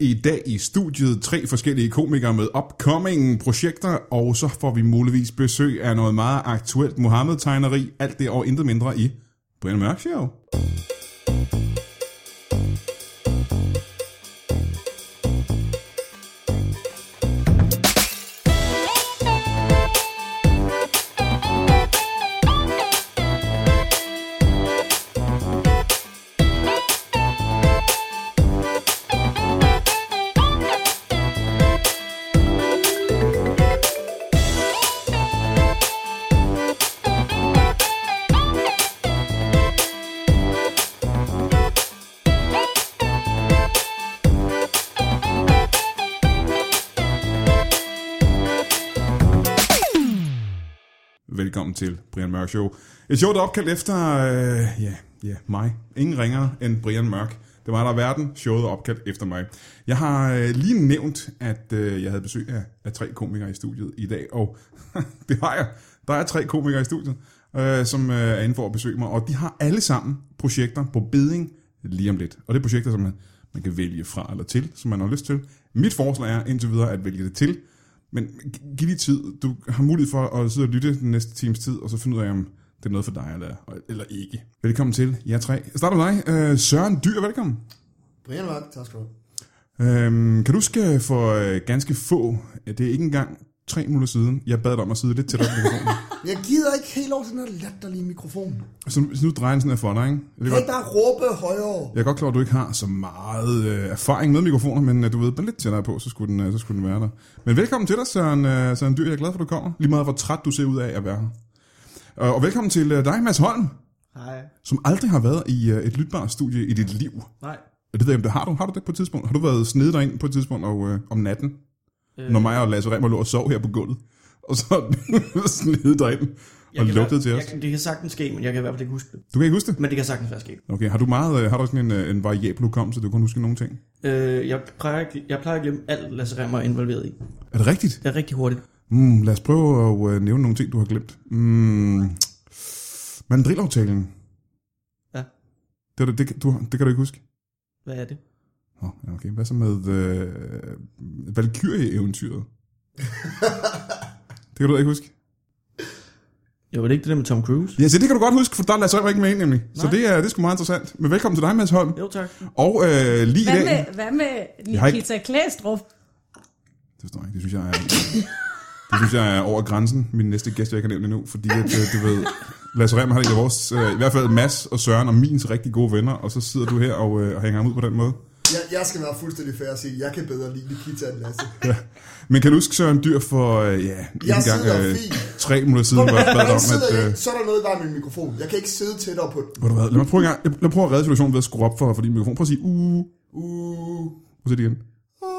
I dag i studiet tre forskellige komikere med upcoming projekter, og så får vi muligvis besøg af noget meget aktuelt Mohammed-tegneri, alt det og intet mindre i Brian Mørk Show. Velkommen til Brian Mørk Show. Et show, der er opkaldt efter, øh, ja, ja, mig. Ingen ringere end Brian Mørk. Det var der er verden, showet er opkaldt efter mig. Jeg har øh, lige nævnt, at øh, jeg havde besøg af, af tre komikere i studiet i dag, og det har jeg. Der er tre komikere i studiet, øh, som øh, er inde for at besøge mig, og de har alle sammen projekter på beding lige om lidt. Og det er projekter, som man, man kan vælge fra eller til, som man har lyst til. Mit forslag er indtil videre at vælge det til, men gi- giv lige tid. Du har mulighed for at sidde og lytte den næste times tid, og så finde ud af, om det er noget for dig eller, eller ikke. Velkommen til jer tre. Jeg starter med dig. Øh, Søren Dyr, velkommen. Brian Mørk, tak skal du have. Øhm, kan du huske for øh, ganske få, det er ikke engang tre minutter siden, jeg bad dig om at sidde lidt tættere på mikrofonen. Jeg gider ikke helt over den her latterlige mikrofon. så, nu, så nu drejer den sådan her for dig, ikke? Det er Kan godt. ikke bare råbe højere? Jeg er godt klar, at du ikke har så meget øh, erfaring med mikrofoner, men øh, du ved, bare lidt tættere på, så skulle den, øh, så skulle den være der. Men velkommen til dig, Søren, øh, Søren Dyr. Jeg er glad for, at du kommer. Lige meget, hvor træt du ser ud af at være her. Og, og velkommen til øh, dig, Mads Holm, Hej. som aldrig har været i øh, et lytbart studie i dit liv. Nej. Og det ved jeg, om det har du. Har du det på et tidspunkt? Har du været snedet dig ind på et tidspunkt og, øh, om natten? Øh. Øh. Når mig og Lasse Remmer lå og sov her på gulvet. Og så snedet dig ind og lugtede til os. Jeg, det kan sagtens ske, men jeg kan i hvert fald ikke huske det. Du kan ikke huske det? Men det kan sagtens være sket. Okay, har du meget, øh, har du sådan en, øh, en variabel hukommelse, du kan huske nogle ting? Øh, jeg, plejer, ikke- jeg plejer at glemme alt, Lasse Remmer er involveret i. Er det rigtigt? Det er rigtig hurtigt. Mm, lad os prøve at øh, nævne nogle ting, du har glemt. Mm, mandrilaftalen. Ja. Det, det, det, du, det kan du ikke huske? Hvad er det? Nå, ja, okay. Hvad så med øh, Valkyrie-eventyret? det kan du da ikke huske? Jo, var det ikke det der med Tom Cruise? Ja, så det kan du godt huske, for der lader sig ikke med ind, nemlig. Nej. Så Nej. det er, det er sgu meget interessant. Men velkommen til dig, Mads Holm. Jo, tak. Og øh, lige i Hvad dag... med, hvad med har ikke- Nikita ikke... Klæstrup? Det forstår jeg ikke. Det synes jeg er... Det synes jeg er over grænsen, min næste gæst, jeg ikke har nævnt endnu, fordi at, øh, du ved, Lasse Rem har det i vores, øh, i hvert fald Mads og Søren og mins rigtig gode venner, og så sidder du her og, øh, og hænger ham ud på den måde. Jeg, jeg skal være fuldstændig fair og sige, jeg kan bedre lide Nikita end Lasse. Men kan du huske Søren Dyr for, øh, ja, ikke Jeg engang sidder øh, fint. tre minutter siden, hvor jeg bad dig Hvordan om, sidder at... jeg? Øh, Så er der noget i vejen med min mikrofon. Jeg kan ikke sidde tættere på den. hvor du hvad, lad mig prøve en gang, lad mig prøve at redde situationen ved at skrue op for, for din mikrofon. Prøv at sige, uh, uh, prøv at sige det igen. Prøv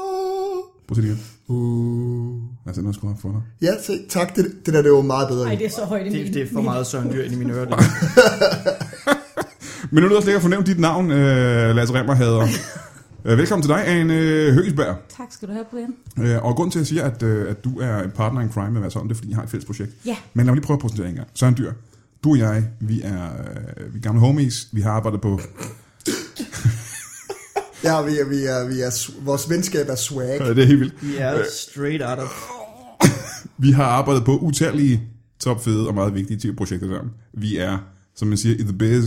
at sige det igen. Uh. Lad os se, når jeg skruer op for dig. Ja, t- tak. Det, det der, det var meget bedre. Nej, det er så højt i Det, min. det er for meget Søren Dyr ind i mine ører. Det. Men nu er det også lækkert at fornemme dit navn, øh, Lasse Remmer hader. Øh, Velkommen til dig, Anne Høgsberg. Tak skal du have, Brian. Øh, og grund til, at jeg siger, at, øh, at du er en partner in crime med Mads Holm, det er, fordi I har et fælles projekt. Ja. Men lad mig lige prøve at præsentere jer en gang. Søren Dyr, du og jeg, vi er, øh, vi er gamle homies, vi har arbejdet på... Ja, vi er, vi er, vi er, s- vores venskab er swag. Øh, det er helt vildt. Vi er straight out of... Vi har arbejdet på utallige topfede og meget vigtige tv-projekter sammen. Vi er, som man siger, i the biz.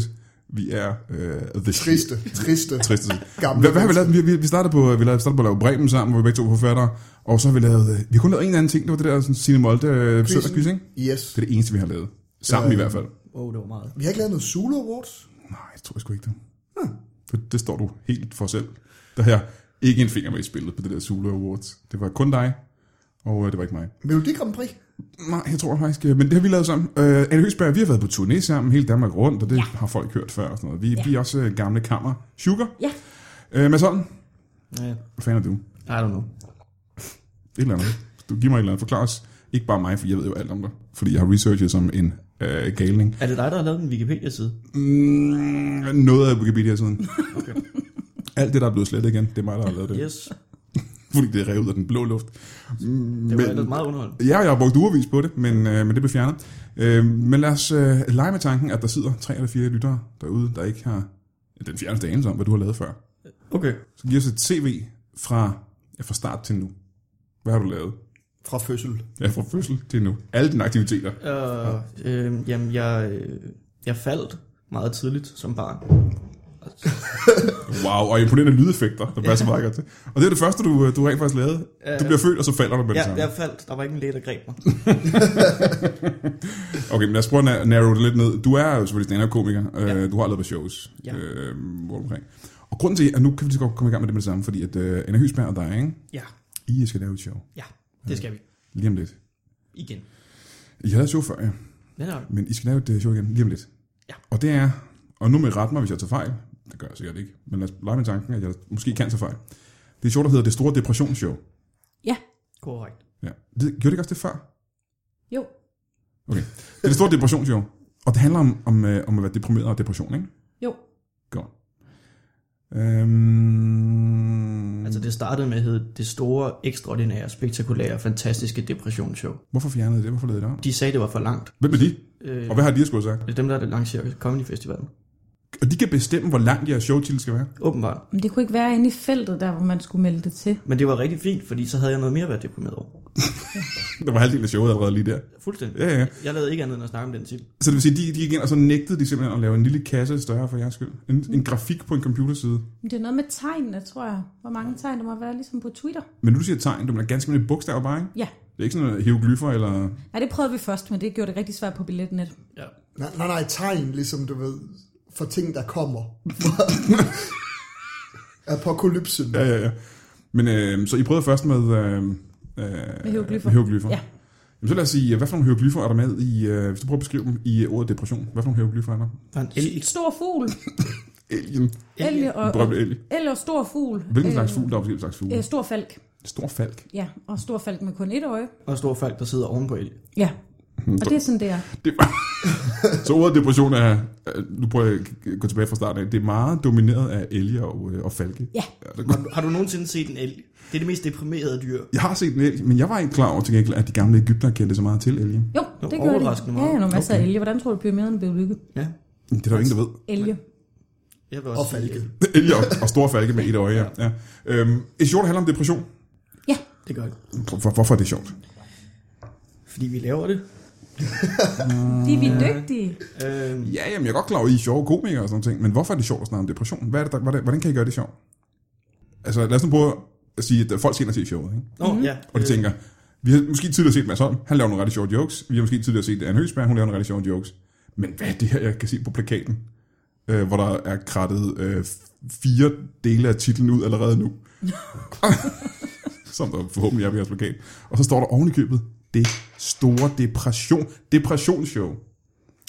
Vi er øh, the shit. Triste, triste. Triste. Gamle Hvad, hvad har vi lavet? Vi, vi, vi startede på, vi lavede, startede på at lave Bremen sammen, hvor vi begge to var forfattere. Og så har vi lavet, øh, vi har kun lavet en eller anden ting, det var det der sådan, Signe Molde øh, søndagskys, ikke? Yes. Det er det eneste, vi har lavet. Sammen i hvert fald. Åh, oh, det var meget. Vi har ikke lavet noget Zulu Awards. Nej, jeg tror jeg sgu ikke det. For det står du helt for selv. Der har jeg ikke en finger med i spillet på det der Zulu Awards. Det var kun dig, og øh, det var ikke mig. Melodi Grand Prix. Nej, jeg tror faktisk, øh, men det har vi lavet sammen. Øh, Anne Høsberg, vi har været på turné sammen hele Danmark rundt, og det ja. har folk hørt før og sådan noget. Vi, ja. vi er også øh, gamle kammer. Sugar? Ja. Øh, Mads Holm, hvad Ja, fanden er du? Et I don't know. eller andet. Du giver mig et eller andet. Forklar os. Ikke bare mig, for jeg ved jo alt om dig. Fordi jeg har researchet som en øh, galning. Er det dig, der har lavet en Wikipedia-side? Mm, noget af Wikipedia siden. Okay. Alt det, der er blevet slettet igen, det er mig, der har lavet det. Yes. Fordi det er revet ud af den blå luft. Det var Men- ellers meget underholdende. Ja, jeg har brugt ugervis på det, men, øh, men det blev fjernet. Øh, men lad os øh, lege med tanken, at der sidder tre eller fire lyttere derude, der ikke har den fjerneste anelse om, hvad du har lavet før. Okay. Så giv os et CV fra, ja, fra start til nu? Hvad har du lavet? Fra fødsel. Ja, fra fødsel til nu. Alle dine aktiviteter. Og, øh, jamen, jeg, øh, jeg faldt meget tidligt som barn. Wow, og imponerende lydeffekter, der passer meget godt til. Og det er det første, du, øh, du rent faktisk lavede. Du bliver født, og så falder du med det Jeg, samme. jeg faldt. Der var ikke en læge, der greb mig. Okay, men lad os prøve at na- narrow det lidt ned. Du er jo selvfølgelig stand-up-komiker. Ja. Ja. Du har lavet på shows. Ja. Øh, rundt omkring. Og grunden til, at nu kan vi lige så godt komme i gang med det med det samme, fordi at øh, Anna Hysberg og dig, ikke? Ja, I skal lave et show. ja. Det skal vi. Lige om lidt. Igen. I har lavet et show før, ja. Det er nok. Men I skal lave et øh, show igen lige om lidt. Ja. Og det er, og nu med ret mig, hvis jeg tager fejl. Det gør jeg sikkert ikke. Men lad os lege med tanken, at jeg måske kan tage fejl. Det er et show, der hedder Det Store Depressionsshow. Korrekt. Ja. Det, gjorde det ikke også det før? Jo. Det er det store depressionsshow. Og det handler om, om, øh, om at være deprimeret og depression, ikke? Jo. Godt. Øhm, Altså, altså, det startede med at hedde det store, ekstraordinære, spektakulære, fantastiske depressionsshow. hvorfor fjernede I det? Hvorfor lavede I det om? De sagde, det var for langt. Hvem er de? Øh, Og hvad har de skulle sagt? det er dem, der lancerer Comedy Festivalen. Og de kan bestemme, hvor langt jeres showtitel skal være. Åbenbart. Men det kunne ikke være inde i feltet, der hvor man skulle melde det til. Men det var rigtig fint, fordi så havde jeg noget mere at være deprimeret over. Der var halvdelen af showet allerede lige der. Fuldstændig. Ja, ja. Jeg lavede ikke andet end at snakke om den titel. Så det vil sige, de, de gik ind, og så nægtede de simpelthen at lave en lille kasse større for jeres skyld. En, en grafik på en computerside. Men det er noget med tegnene, tror jeg. Hvor mange tegn der må være, ligesom på Twitter. Men du siger tegn, du mener ganske mange bogstaver bare, ikke? Ja. Det er ikke sådan noget hieroglyffer eller... Nej, det prøvede vi først, men det gjorde det rigtig svært på billetnet. Ja. Nej, nej, nej, tegn, ligesom du ved, for ting, der kommer. Apokalypsen. Ja, ja, ja. Men øh, så I prøvede først med... Øh, øh, Med hieroglyffer. Med hieroglyffer. Ja. Jamen, så lad os sige, øh, hvad for nogle hieroglyffer er der med i, øh, hvis du prøver at beskrive dem, i øh, ordet depression? Hvad for nogle hieroglyffer er der? Der er en elg. Stor fugl. Elgen. Elge og, Den berømte elg. eller stor fugl. Hvilken Øh, slags fugl? Der er forskellige slags fugle. Øh, stor falk. Stor falk. Ja, og stor falk med kun et øje. Og stor folk, der sidder oven på elg. Ja, og det er sådan, det er. Det var... så ordet depression er, øh, nu prøver jeg at gå tilbage fra starten af, det er meget domineret af elge og, øh, og falke. Ja. det er Har godt. du, har du nogensinde set en elg? Det er det mest deprimerede dyr. Jeg har set en elg, men jeg var ikke klar over til gengæld, at de gamle Ægypter kendte så meget til elge. Jo, Nå, det gør det. overraskende meget. Ja, nogle masser Okay. af elge. Hvordan tror du, pyramiderne blev bygget? Ja. Det er der jo ingen, der ved. Elge. Jeg vil Og også sige, falke. Elge og, og store falke med et øje. Ja. Ja. Øhm, et sjovt handler om depression. at Det gør det. Hvor- Hvorfor er det sjovt? Fordi vi laver det. De er vi dygtige. Øhm, Ja, jamen, jeg er godt klar over, at I er sjove komikere og sådan noget, men hvorfor er det sjovt at snakke om depression? Hvad er det, der, hvordan, hvordan kan I gøre det sjovt? Altså, lad os nu prøve at sige, at folk skal ind og se showet, ikke? nå, ja. og de tænker, vi har måske tidligere set Mads Holm, han laver nogle rigtig sjove jokes, vi har måske tidligere set Anne Høgsberg, hun laver nogle rigtig sjove jokes, men hvad er det her, jeg kan se på plakaten, øh, hvor der er krattet øh, fire dele af titlen ud allerede nu? Som der forhåbentlig er på jeres plakat. Og så står der oven i købet, det store depression, depressionsshow.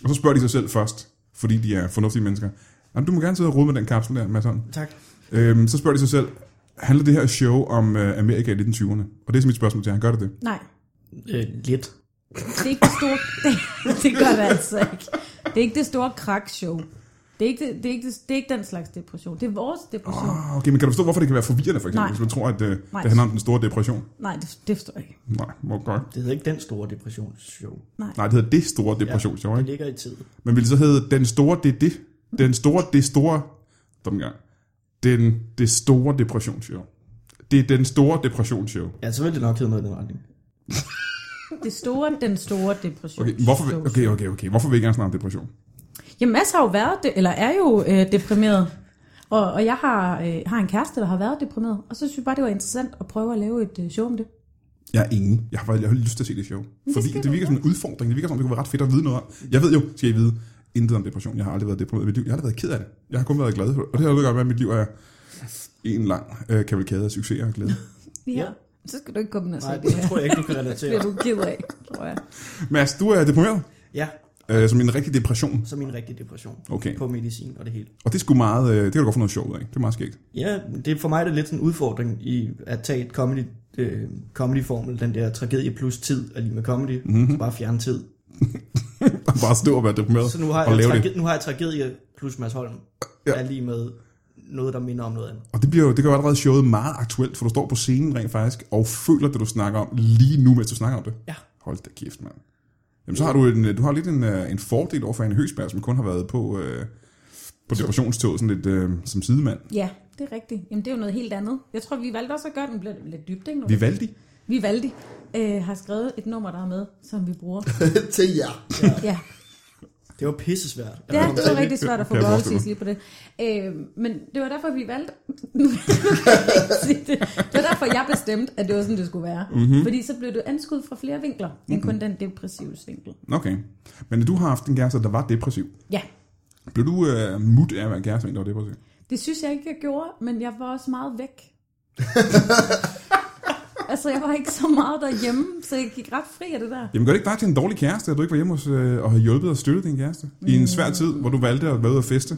Og så spørger de sig selv først, fordi de er fornuftige mennesker. Jamen, du må gerne sidde og rode med den kapsel der, Mads Holm. Øh, Tak. Øhm, så spørger de sig selv, handler det her show om øh, Amerika i 1920'erne? Og det er så mit spørgsmål til jer. Gør det det? Nej, Øh, lidt. det er ikke det store... Det, det gør det altså ikke. Det er ikke det store krakshow. Det er, ikke det, det, er ikke det, det er ikke den slags depression. Det er vores depression. Ah, okay, men kan du forstå, hvorfor det kan være forvirrende, for eksempel, Nej. hvis man tror, at øh, det Nej. handler om den store depression? Nej, det, det forstår jeg ikke. Nej, hvor godt. Det hedder ikke den store depressionsshow. Nej, det hedder det store depression, ja, Det ikke? ligger i tid. Men vil det så hedde den store, det er det? Den store, det store... Stop en gang. Den, det store depressionsshow. Det er den store depressionsshow. Ja, så vil det nok hedde noget i den retning. Det store, den store depression. Okay, hvorfor vil, okay, okay, okay. Hvorfor vil I gerne snakke om depression? Jamen, Mads har jo været, de- eller er jo øh, deprimeret. Og, og jeg har, øh, har en kæreste, der har været deprimeret. Og så synes jeg bare, det var interessant at prøve at lave et øh, show om det. Jeg er ingen. Jeg har, faktisk- jeg har lyst til at se det show. Fordi skal det, du virker som en udfordring. Det virker som, det kunne være ret fedt at vide noget om. Jeg ved jo, skal I vide, intet om depression. Jeg har aldrig været deprimeret i mit liv. Jeg har aldrig været ked af det. Jeg har kun været glad for det. Og det har jo godt med, at mit liv er en lang øh, kavalkade af succeser og glæde. Ja. Ja. Så skal du ikke komme ind og Nej, sige det Altså, det her. tror jeg ikke, du kan Det relatere. bliver du ked af, tror jeg. Mads, du er deprimeret. Ja, Øh, som en rigtig depression. som en rigtig depression. Okay. På medicin og det hele. Og det er sgu meget, øh, det kan du godt få noget sjovt af. Det er meget skægt. Ja, det er for mig det er lidt sådan en udfordring i at tage et comedy, øh, comedy-formel, den der tragedie plus tid er lige med comedy, Mhm. mm-hmm. så bare fjerne tid. Og bare stå og være deprimeret Så nu har, og jeg, lave det. trage- nu har jeg tragedie plus Mads Holm Ja. ja. er lige med noget, der minder om noget andet. Og det, bliver jo, det gør jo allerede showet meget aktuelt, for du står på scenen rent faktisk, og føler det, du snakker om, lige nu, mens du snakker om det. Ja. Hold da kæft, mand. Jamen, så har du, en, du har lidt en, øh, en fordel over for Anne Høgsberg, som kun har været på, øh, på depressionstoget, sådan lidt øh, som sidemand. Ja, det er rigtigt. Jamen, det er jo noget helt andet. Jeg tror, vi valgte også at gøre den lidt, lidt dybt, ikke? Vi valgte de. vi valgte, øh, har skrevet et nummer, der er med, som vi bruger. til jer. ja. Det var pissesvært. Ja, Altså, det var rigtig svært at få Kan jeg forestille royalties lige på det. Øh, men det var derfor, vi valgte... Nu kan jeg ikke sige det. det var derfor, jeg bestemte, at det var sådan, det skulle være. Mm-hmm. Fordi så blev du anskudt fra flere vinkler, end kun den depressive vinkel. Okay. Men du har haft en kæreste, der var depressiv. Ja, Blev du øh, mut af at være en kæreste, med en, der var depressiv? det synes jeg ikke, jeg gjorde, men jeg var også meget væk. altså, jeg var ikke så meget derhjemme, så jeg gik ret fri af det der. Jamen gør det ikke bare til en dårlig kæreste, at du ikke var hjemme hos, øh, og har hjulpet og støttet din kæreste? Mm. I en svær tid, hvor du valgte at være ude og feste.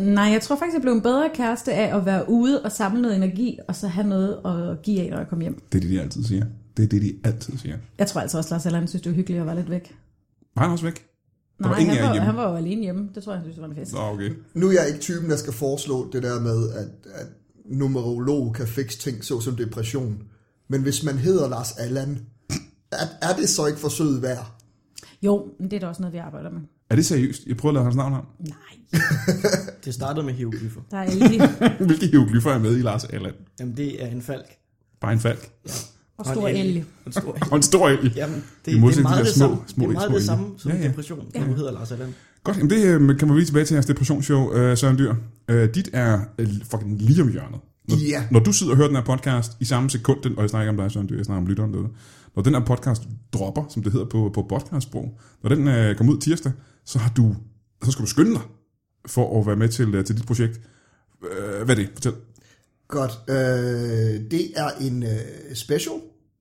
Nej, jeg tror faktisk, jeg blev en bedre kæreste af at være ude og samle noget energi, og så have noget at give af, når jeg kom hjem. Det er det, de altid siger. Det er det, de altid siger. Jeg tror altså også, Lars Allan synes, det var hyggeligt at være lidt væk. Var han også væk? Der var Nej, ingen af han, jer var, hjemme. han var jo alene hjemme. Det tror jeg, han synes var en fest. Nå, okay. Nu er jeg ikke typen, der skal foreslå det der med, at, at numerolog kan fikse ting, såsom depression. Men hvis man hedder Lars Allan, er, er det så ikke forsøget værd? Jo, men det er da også noget, vi arbejder med. Er det seriøst? Jeg prøver at lade hans navn om. Nej, Det startede med hieroglyffer. der er alle de... Hvilke hieroglyffer er med i Lars Allan? Jamen, det er en falk. Bare en falk. Og stor en el. Og en stor el. Og en stor el. Jamen, det, I det er modsætning til de meget det der små- samme. små det er el, meget små det el. samme som Ja, ja. depression, som nu hedder Lars Allan. Godt, jamen det øh, kan man lige tilbage til jeres depressionsshow, øh, Søren Dyr. Øh, dit er øh, fucking lige om hjørnet. Når, Ja. når du sidder og hører den her podcast i samme sekund, den, og jeg snakker om dig, Søren Dyr, jeg snakker om lytteren derude. Når den her podcast dropper, som det hedder på, på podcastsprog, når den øh, kommer ud tirsdag, så har du, så skal du skynde dig for at være med til, øh, til dit projekt. Øh, hvad er det? Fortæl. Godt. Øh, det er en øh, special,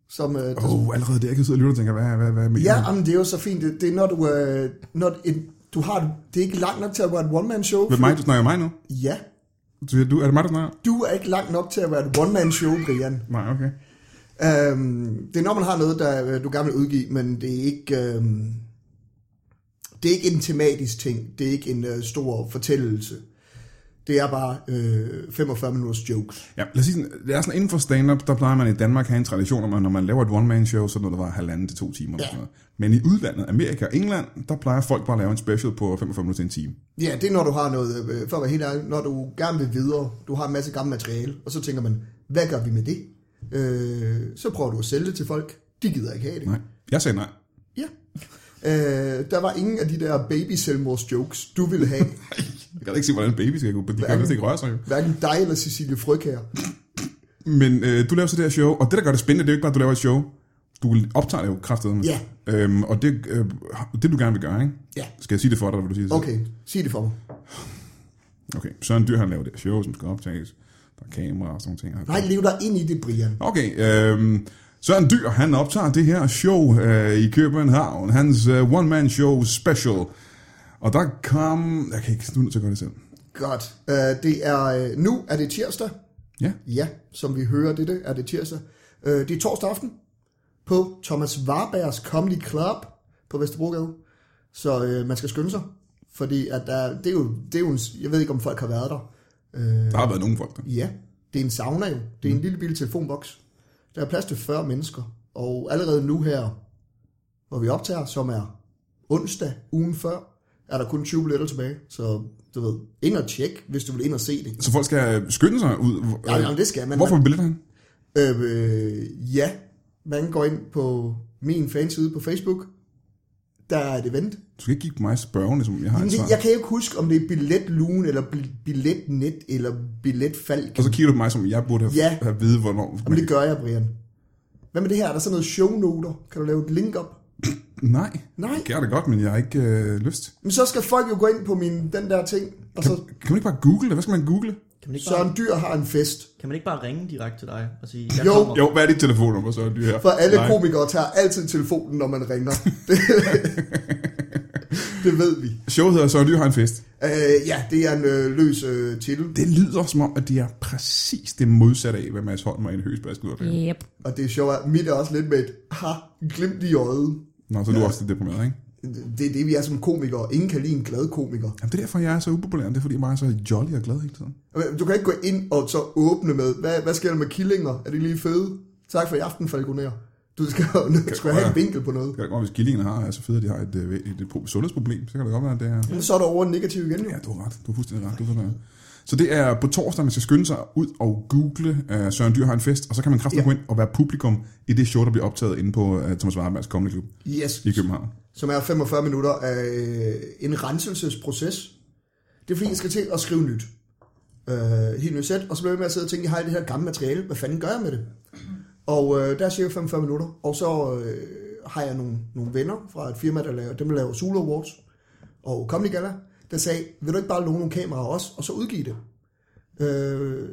som... Øh, der- Åh, oh, allerede der, jeg kan sidde og lytte og tænke, hvad, hvad, hvad mener Ja, du? jamen, det er jo så fint. Det, det er, når du... Øh, når en, du har, det er ikke langt nok til at være et one-man-show. Hvem mig, du snakker om mig nu? Ja, Du, du, er det mig, der snakker? du er ikke langt nok til at være et one-man-show, Brian. Nej, okay. Øhm, det er når man har noget, der øh, du gerne vil udgive, men det er ikke, øhm, det er ikke en tematisk ting. Det er ikke en øh, stor fortællelse. Det er bare øh, 45 minutters jokes. Ja, lad os sige sådan, det er sådan inden for stand-up, der plejer man i Danmark at have en tradition om, at når man laver et one-man-show, så er det noget, der var halvanden til to timer. Ja. Ja. Sådan noget. Men i udlandet, Amerika og England, der plejer folk bare at lave en special på 45 minutter til en time. Ja, det er når du har noget, øh, for at være helt ærlig, når du gerne vil videre, du har en masse gammelt materiale, og så tænker man, hvad gør vi med det? Øh, så prøver du at sælge det til folk. De gider ikke have det. Nej, jeg sagde nej. Ja. Øh, der var ingen af de der baby selvmords jokes, du ville have. Jeg kan da ikke se, hvordan baby skal gå, de kan Hverken. jo ikke røre sig jo. Hverken dig eller Cecilie Frøkær. Men øh, du laver så det her show, og det, der gør det spændende, det er jo ikke bare, at du laver et show. Du optager det jo kraftedeme. Ja. Øhm, og det, øh, det, du gerne vil gøre, ikke? Ja. Skal jeg sige det for dig, eller vil du sige det selv? Okay, sig det for mig. Okay, Søren Dyr, han laver det her show, som skal optages. Der er kamera og sådan nogle ting. Han- Nej, lev dig ind i det, Brian. Okay, øh, Søren Dyr, han optager det her show øh, i København. Hans øh, one-man-show special. Og der kom... Jeg kan ikke nu er jeg nødt til at gøre det selv. Godt. Uh, det er, øh, nu er det tirsdag. Ja. Ja, som vi hører det, er det tirsdag. Uh, det er torsdag aften på Thomas Warbergs Comedy Club på Vesterbrogade. Så øh, man skal skynde sig, fordi at der, det, er jo, det er jo en, jeg ved ikke, om folk har været der. Øh, Der har været nogle folk der. Ja, det er en sauna jo. Det er en lille bitte telefonboks. Der er plads til 40 mennesker. Og allerede nu her, hvor vi optager, som er onsdag ugen før, er der kun 20 billetter tilbage. Så du ved, ind og tjek, hvis du vil ind og se det. Så folk skal øh, skynde sig ud. øh, Ja, jamen, det skal man. Hvorfor er billetter han? Øh, øh, ja, man går ind på min fanside på Facebook. Der er et event. Du skal ikke kigge på mig spørgende, som jeg har et Men svar. det, jeg kan ikke huske, om det er billetlugen, eller bil- billetnet, eller billetfalk. Og så kigger du på mig, som jeg burde have, Ja. have vide, hvornår. Jamen, det gør jeg, Brian. Hvad med det her? Er der sådan noget shownoter? Kan du lave et link op? Nej, Nej. det gør det godt, men jeg har ikke øh, lyst. Men så skal folk jo gå ind på min, den der ting, og så Kan man ikke bare google det? Hvad skal man google? Kan man, ikke bare, Søren Dyr har en fest. kan man ikke bare ringe direkte til dig og sige, jeg Jo, kommer? Jo, hvad er dit telefonnummer så? Det her? For alle Nej. komikere tager altid telefonen, når man ringer. det, det ved vi. Showet hedder Søren Dyr har en fest. Øh, ja, det er en øh, løs øh, titel, Det lyder som om, at de er præcis det modsatte af, hvad Mads Holm og en Høsberg skulle have. Yep. og det er sjovt. at Mit er også lidt med et ha, glimt i øjet. Nå, så er du også lidt deprimeret, ikke? Det er det, vi er som komikere. Ingen kan lide en glad komiker. Jamen, det er derfor, jeg er så upopulær. Det er fordi, jeg er så jolly og glad hele tiden. Men Du kan ikke gå ind og så åbne med, hvad, hvad sker der med killinger? Er det lige fede? Tak for i aften, Falconer. Du skal, du skal have en vinkel på noget. Det kan da godt være, hvis killingerne har, er så fedt, at de har et, øh, et, et, pro- sundhedsproblem. Så kan det godt være, at det er... Men så er der over negativ igen, jo. Ja, du har ret. Du har fuldstændig ret. Du har ret. Så det er på torsdag, man skal skynde sig ud og google øh, Søren Dyr har en fest, og så kan man kraftigt ja. Ja. gå ind og være publikum i det show, der bliver optaget inde på øh, Thomas Warbergs Comedy Club Yes. i København. som er 45 minutter af øh, en renselsesproces. Det er fordi, jeg skal til at skrive nyt. Øh, helt nyt sæt, og så bliver jeg ved med at sidde og tænke, jeg har i det her gamle materiale, hvad fanden gør jeg med det? Og øh, der er cirka 45 minutter, og så øh, har jeg nogle, nogle venner fra et firma, der laver, dem der laver Zulu Awards og Comedy Gala, der sagde, vil du ikke bare låne nogle kameraer også, og så udgive det? Øh,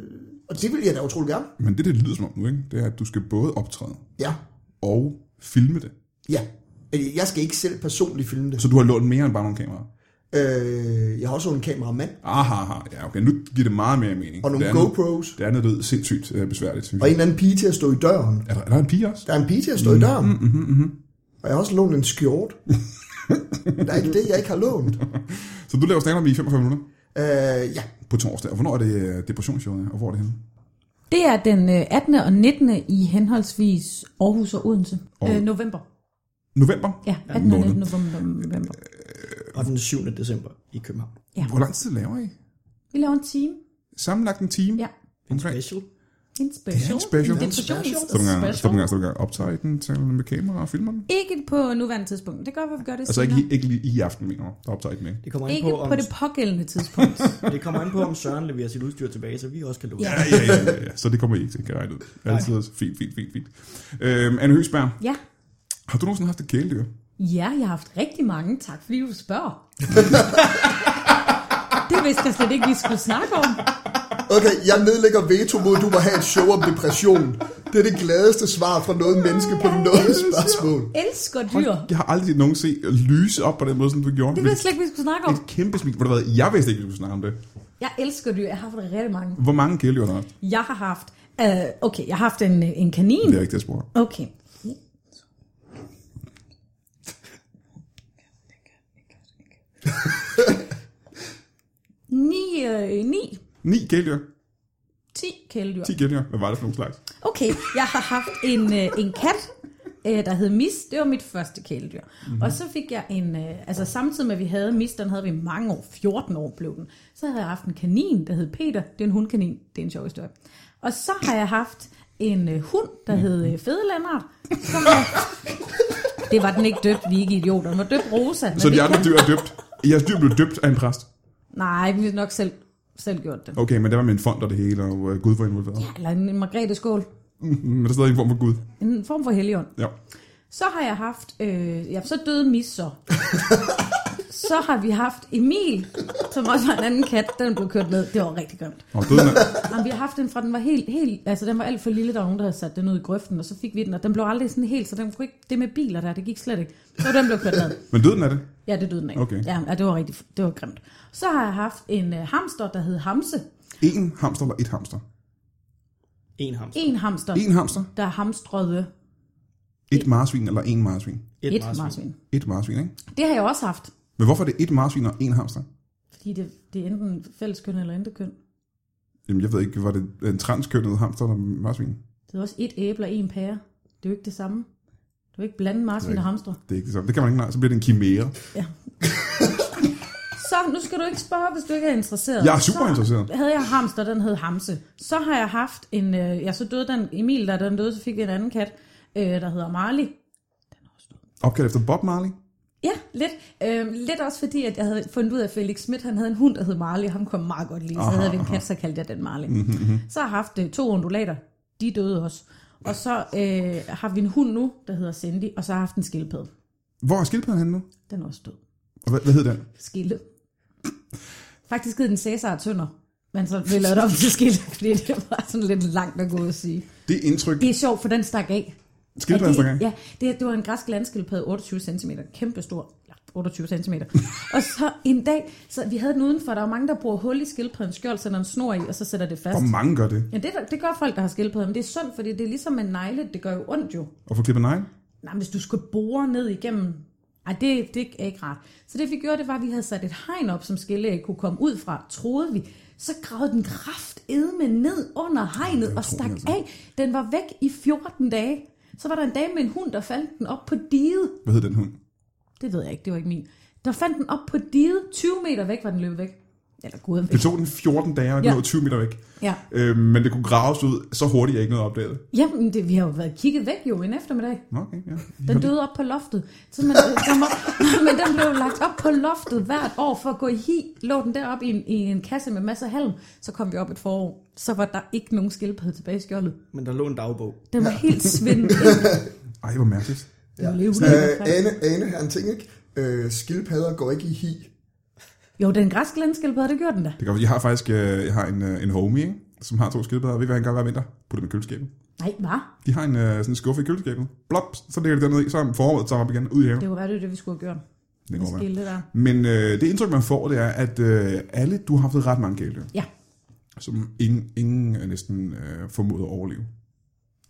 og det vil jeg da utrolig gerne. Men det, det lyder som om nu, ikke? det er, at du skal både optræde Ja, og filme det. ja. Jeg skal ikke selv personligt filme det. Så du har lånt mere end bare nogle kameraer. Øh, jeg har også en kameramand, Aha, aha. Ah, ja okay, nu giver det meget mere mening. og nogle det andet- GoPros, Det andet lød sindssygt øh, besværligt, synes og en jeg. eller anden pige til at stå i døren. Er der, er der en pige også? Der er en pige til at stå i døren. Og jeg har også lånt en skjort. der er ikke det, jeg ikke har lånt. Så du laver stand i 45 minutter Øh, ja, på torsdag. Og hvornår er det øh, depressionsshowet, er, og hvor er det henne? Det er den øh, 18. og 19. i henholdsvis Aarhus og Odense. Og- Øh, november. November? Ja, 18. og Måned. 19. november. november. Og den 7. december i København. Hvor lang tid laver I? Vi laver en time. Sammenlagt en time? Ja. Omkring. Special. En special. en special. En Så du gang, så du special. gang, så du gang optager I den til med kamera og filmer den? Ikke på nuværende tidspunkt. Det gør, at vi gør det Altså ikke, senere. ikke lige i aften, mener jeg. Der optager I den ikke. Det kommer, an Ikke på, om, på det pågældende tidspunkt. det kommer an på, om Søren leverer sit udstyr tilbage, så vi også kan låne. Ja. Ja, ja, ja, ja, ja. Så det kommer I ikke til, kan jeg regne ud. Altid også. Fint, fint, fint, fint. Øhm, Anne Høgsberg, Ja. har du nogensinde haft et kæledyr? Ja, jeg har haft rigtig mange. Tak, fordi du spørger. det vidste jeg slet ikke, vi skulle snakke om. okay, jeg nedlægger veto mod, at du må have et show om depression. Det er det gladeste svar fra noget menneske på noget spørgsmål. Elsker dyr. Jeg har aldrig nogen set lyse op på den måde, som du gjorde. Det vidste jeg slet ikke, vi skulle snakke om. Et kæmpe smil. Ved du hvad, jeg vidste ikke, vi skulle snakke om det. Jeg elsker dyr. Jeg har haft rigtig mange. Hvor mange kæledyr har du haft? Jeg har haft... Øh, okay, jeg har haft en, øh, en kanin. Det er ikke det, jeg spurgte. Okay. Ni, øh, ni, Ni kæledyr. ti kæledyr. 10 kæledyr. Hvad var det for nogle slags? Okay, jeg har haft en, øh, en kat, øh, der hed Mis. Det var mit første kæledyr. Mhm. Mm-hmm. Og så fik jeg en... Øh, altså samtidig med, at vi havde Mis, den havde vi mange år. 14 år blev den. Så havde jeg haft en kanin, der hed Peter. Det er en hundkanin. Det er en sjov historie. Og så har jeg haft en øh, hund, der hed Mhm. øh, Fedelander. Som jeg, det var den ikke døbt, vi er ikke idioter. Den var døbt Rosa. men Så de vi andre kan- dyr er døbt. Jeres dyr blev døbt af en præst. Nej, vi har nok selv, selv gjort det. Okay, men der var med en fond og det hele, og øh, Gud var involveret. Ja, eller en, en Margrethe Skål. Mm, Men der er stadig en form for Gud. En form for helligånd. Ja. Så har jeg haft, øh, ja, så døde Mis så. så har vi haft Emil, som også var en anden kat, den blev kørt ned. Det var rigtig grimt. Og døden er... Jamen, vi har haft den fra, den var helt, helt, altså den var alt for lille, der var nogen, der havde sat den ud i grøften, og så fik vi den, og den blev aldrig sådan helt, så den kunne ikke, det med biler der, det gik slet ikke. Så den blev kørt ned. Men døden er det. Ja, det døde den ikke. Okay. Ja, ja, det var rigtig, det var grimt. Så har jeg haft en øh, hamster, der hed Hamse. En hamster eller et hamster? En hamster. En hamster, En hamster, der hamstrede et marsvin eller en marsvin. Et, et marsvin. marsvin. Et marsvin, ikke? Det har jeg også haft, Men hvorfor er det et marsvin og en hamster? fordi det, det er enten fælleskøn eller intekøn. Jamen, jeg ved ikke, var det en transkønnet hamster eller marsvin? Det er også et æble og en pære. Det er jo ikke det samme. Du kan ikke blande marsvin Nej. og hamster. Det er ikke det samme. Det kan man ikke nej, så bliver det en kimære. Så nu skal du ikke spørge, hvis du ikke er interesseret. Jeg er super så interesseret. havde jeg hamster, den hed Hamse. Så har jeg haft en... Øh, ja, så døde den Emil, da den døde, så fik vi en anden kat, øh, der hedder Marley. Opkaldt efter Bob Marley. Ja, lidt. Øh, lidt også fordi, at jeg havde fundet ud af, at Felix Schmidt, han havde en hund, der hed Marley. Ham kom meget godt lige. Så Aha, havde vi en kat, så kaldte jeg den Marley. Mm-hmm. Så har jeg haft øh, to undulater. De døde også. Og så øh, har vi en hund nu, der hedder Cindy. Og så har jeg haft en skildpadde. Hvor er skildpadden henne nu? Den er også død. Og hvad, hvad hed den? Skilde. Faktisk hed den Cæsar og Tønder, men så blev lavet om til Skilde, fordi det var sådan lidt langt at gå og sige. Det indtryk, Det er sjovt, for den stak af. skildpadden Og stak det- af. Ja, det, det var en græsk landskildpadde, 28 cm, kæmpestor. Ja, 28 cm. og så en dag, så vi havde den udenfor, der var mange, der bruger hul i skildpaddens skjold, sætter en snor i, og så sætter det fast. Hvor mange gør det? Ja, det, er der- det gør folk, der har skildpadde, men det er sundt, fordi det er ligesom en negle, det gør jo ondt jo. Og få klippet nej? Nej, men hvis du skulle bore ned igennem... Ej, det, det er ikke rart. Så det vi gjorde, det var, at vi havde sat et hegn op, som skilleæg kunne komme ud fra, troede vi. Så gravede den kraft med ned under hegnet og stak af. Den var væk i 14 dage. Så var der en dag med en hund, der fandt den op på diget. Hvad hed den hund? Det ved jeg ikke, det var ikke min. Der fandt den op på diget. 20 meter væk var den løbet væk. Eller gud Det tog den 14 dage, og det Ja. nåede 20 meter væk. Ja. Øh, men det kunne graves ud så hurtigt, at jeg ikke nåede opdaget. Jamen, det, vi har jo været kigget væk jo en eftermiddag. Nå, Okay, ja. Den døde op på loftet. Så man, den var, men den blev lagt op på loftet hvert år for at gå i hi. Lå den deroppe i en, i en kasse med masser af halm. Så kom vi op et forår. Så var der ikke nogen skildpadde tilbage i skjoldet. Men der lå en dagbog. Den var helt svindet. ind. Ej, hvor mærkeligt. Den var Øh, levende. Ane, Ane har en ting, ikke? Øh, skildpadder går ikke i hi. Jo, den græske landskildpadde, det gjorde den da. Det kan, være- jeg har faktisk øh, jeg har en, øh, en homie, ikke? som har to skildpadder. Ved I, hvad han gør hver vinter? Putter dem i køleskabet. Nej, hvad? De har en øh, sådan en skuffe i køleskabet. Blop, så ligger det dernede i, så om foråret tager op igen ud i haven. Det var ret det, er det, vi skulle have gjort. Det Vi går skilte der. Men øh, det indtryk, man får, det er, at øh, alle, du har haft ret mange kæledyr, Ja. som ingen, ingen øh, næsten øh, formoder at overleve.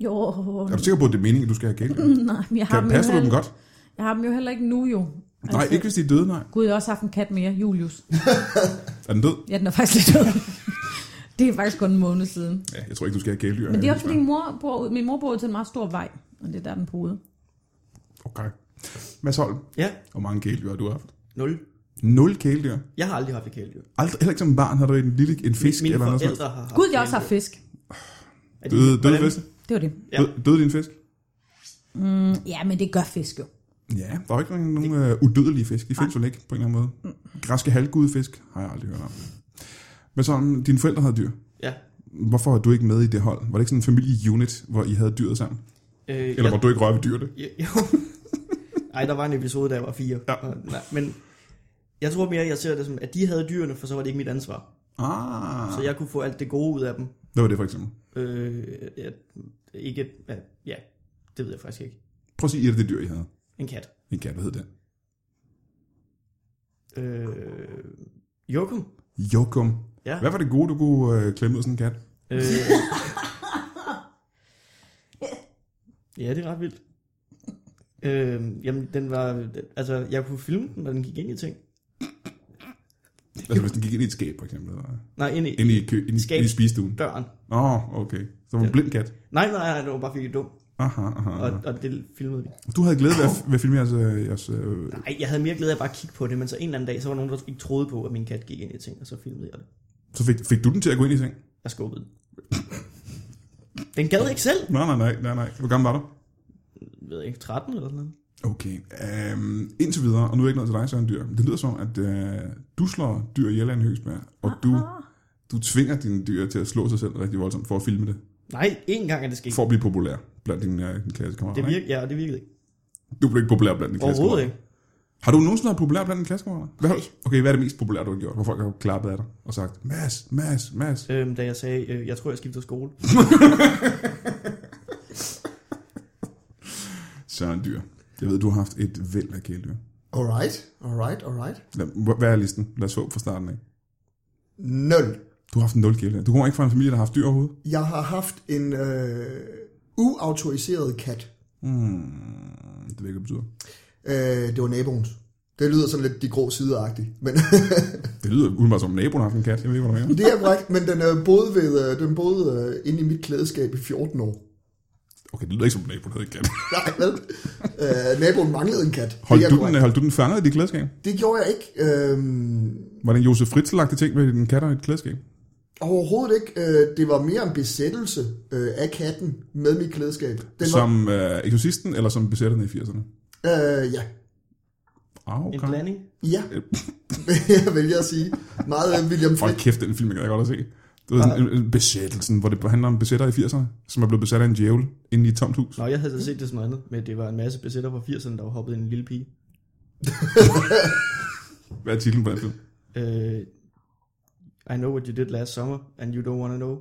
Jo, Er du sikker på, at det er meningen, at du skal have kæledyr? nej, men jeg har, Kan, dem jo passer du dem heller, godt? jeg har dem jo heller ikke nu, jo. Altså, Nej, ikke hvis de er døde, nej. Gud, jeg har også haft en kat mere, Julius. Er den død? Ja, den er faktisk lidt død. det er faktisk kun en måned siden. Ja, jeg tror ikke, du skal have kæledyr. øh, Men det er også, Alice, fordi mor bor, ud- min mor bor ud til en meget stor vej, og det er der, den boede. hva'? Okay. Mads Holm, Ja, hvor mange kæledyr har du haft? nul. Nul kæledyr. Jeg har aldrig haft et kæledyr. Aldrig, heller ikke som barn har du en lille en fisk Mine eller noget sådan. forældre har haft Gud, jeg også har kæledyr. fisk. Er de- Døde, døde hvordan- fisk? Det var det. Mm. Ja. Døde, døde din fisk? Ja, men det gør fisk jo. Ja, der er jo ikke rigtig nogen øh, udødelige fisk. De findes jo ikke på en eller anden Mm. måde. Græske halvgudefisk har jeg aldrig hørt om. Men sådan, dine forældre havde dyr. Ja. Hvorfor var du ikke med i det hold? Var det ikke sådan en familieunit, hvor I havde dyret sammen? Øh, Eller jeg- hvor du ikke rørte ved dyrene? Ja, Jo. Ej, der var en episode, da jeg var fire. Ja. Og, nej, men jeg tror mere, jeg ser det som, at de havde dyrene, for så var det ikke mit ansvar. Ah, Så jeg kunne få alt det gode ud af dem. hvad var det for eksempel? Øh, ja, ikke, ja, ja, det ved jeg faktisk ikke. Prøv at sige, et af det dyr, I havde. En kat. En kat, hvad hed den? Øh, Jokum. Jokum. Ja. Hvad var det gode, du kunne øh, klemme ud af sådan en kat? Øh, ja, det er ret vildt. Øh, jamen, den var, altså, jeg kunne filme den, når den gik ind i ting. Altså, hvis den gik ind i et skab, for eksempel. Eller? Nej, ind i Ind i, kø- ind i, Skab. ind i spisestuen. døren. Åh, oh, okay. Så var det en blind kat. Nej, nej, nej, det var bare fordi det var dum, Aha, aha, og, aha. og det filmede vi. Du havde glæde ved at, ved at filme jeres... øh, jeres øh, Nej, jeg havde mere glæde af bare at kigge på det, men så en eller anden dag, så var der nogen, der ikke troede på, at min kat gik ind i ting, og så filmede jeg det. så fik, fik du den til at gå ind i seng? Jeg skubbede den. Den gad ikke selv. Nej, nej, nej, nej, nej. Hvor gammel var du? Jeg ved ikke, 13 eller sådan noget. Okay. Øhm, indtil videre, og nu er jeg ikke noget til dig, Søren Dyr. men Det lyder som, at øh, du slår dyr ihjel af en høgsberg, og du, du tvinger dine dyr til at slå sig selv rigtig voldsomt for at filme det, Nej, én gang er det sket. for at blive populær blandt dine, øh, dine Det klassekammerater. Ikke? virk, ja, og det virkede ikke. Du blev ikke populær blandt dine Overhovedet klassekammerater. ikke. Har du nogensinde været populær blandt dine klassekammerater? Hvad, har du- okay, hvad er det mest populære, du har gjort, hvor folk har klappet af dig og sagt, Mads, Mads, Mads. Øhm, da jeg sagde, øh, jeg tror, jeg skifter skole. Søren Dyr. Jeg ved, du har haft et væld af kæledyr. Alright, alright, alright. Lad- Hvad er listen? Lad os få fra starten af. Nul. Du har haft nul kæledyr. Du kommer ikke fra en familie, der har haft dyr overhovedet? Jeg har haft en øh, uautoriseret kat. Hmm, det ved jeg ikke, hvad det betyder. Øh, det var naboens. Det lyder sådan lidt de grå sideagtigt, men Det lyder udenbart som, om naboen har haft en kat. Jeg ved ikke, hvad du mener. det er korrekt. Men den øh, boede, ved, øh, den boede øh, inde i mit klædeskab i 14 år. Okay, det lyder ikke som, om naboen havde en kat. Nej, vel? Øh, naboen manglede en kat. Holdt det, er du, korrekt. den, holdt du den fanget i dit klædeskab? det gjorde jeg ikke. Øh, Var det en Josef Fritzl-agtig ting med din kat og et klædeskab? Overhovedet ikke. Øh, Det var mere en besættelse øh, af katten med mit klædeskab. Den Som øh, eksorcisten eller som besætterne i 80'erne? Var, øh, ja. Ah, En okay. blanding. Ja, jeg vælger at sige. Meget øh, William Hold Frick. kæft, den film, jeg kan godt at se. Det var sådan en, en besættelsen, hvor det handler om besætter i 80'erne, som er blevet besat af en djævel inde i et tomt hus. Nå, jeg havde så set det som noget andet, men det var en masse besætter fra 80'erne, der var hoppet ind i en lille pige. Hvad er titlen på den film? Øh, I know what you did last summer, and you don't wanna know.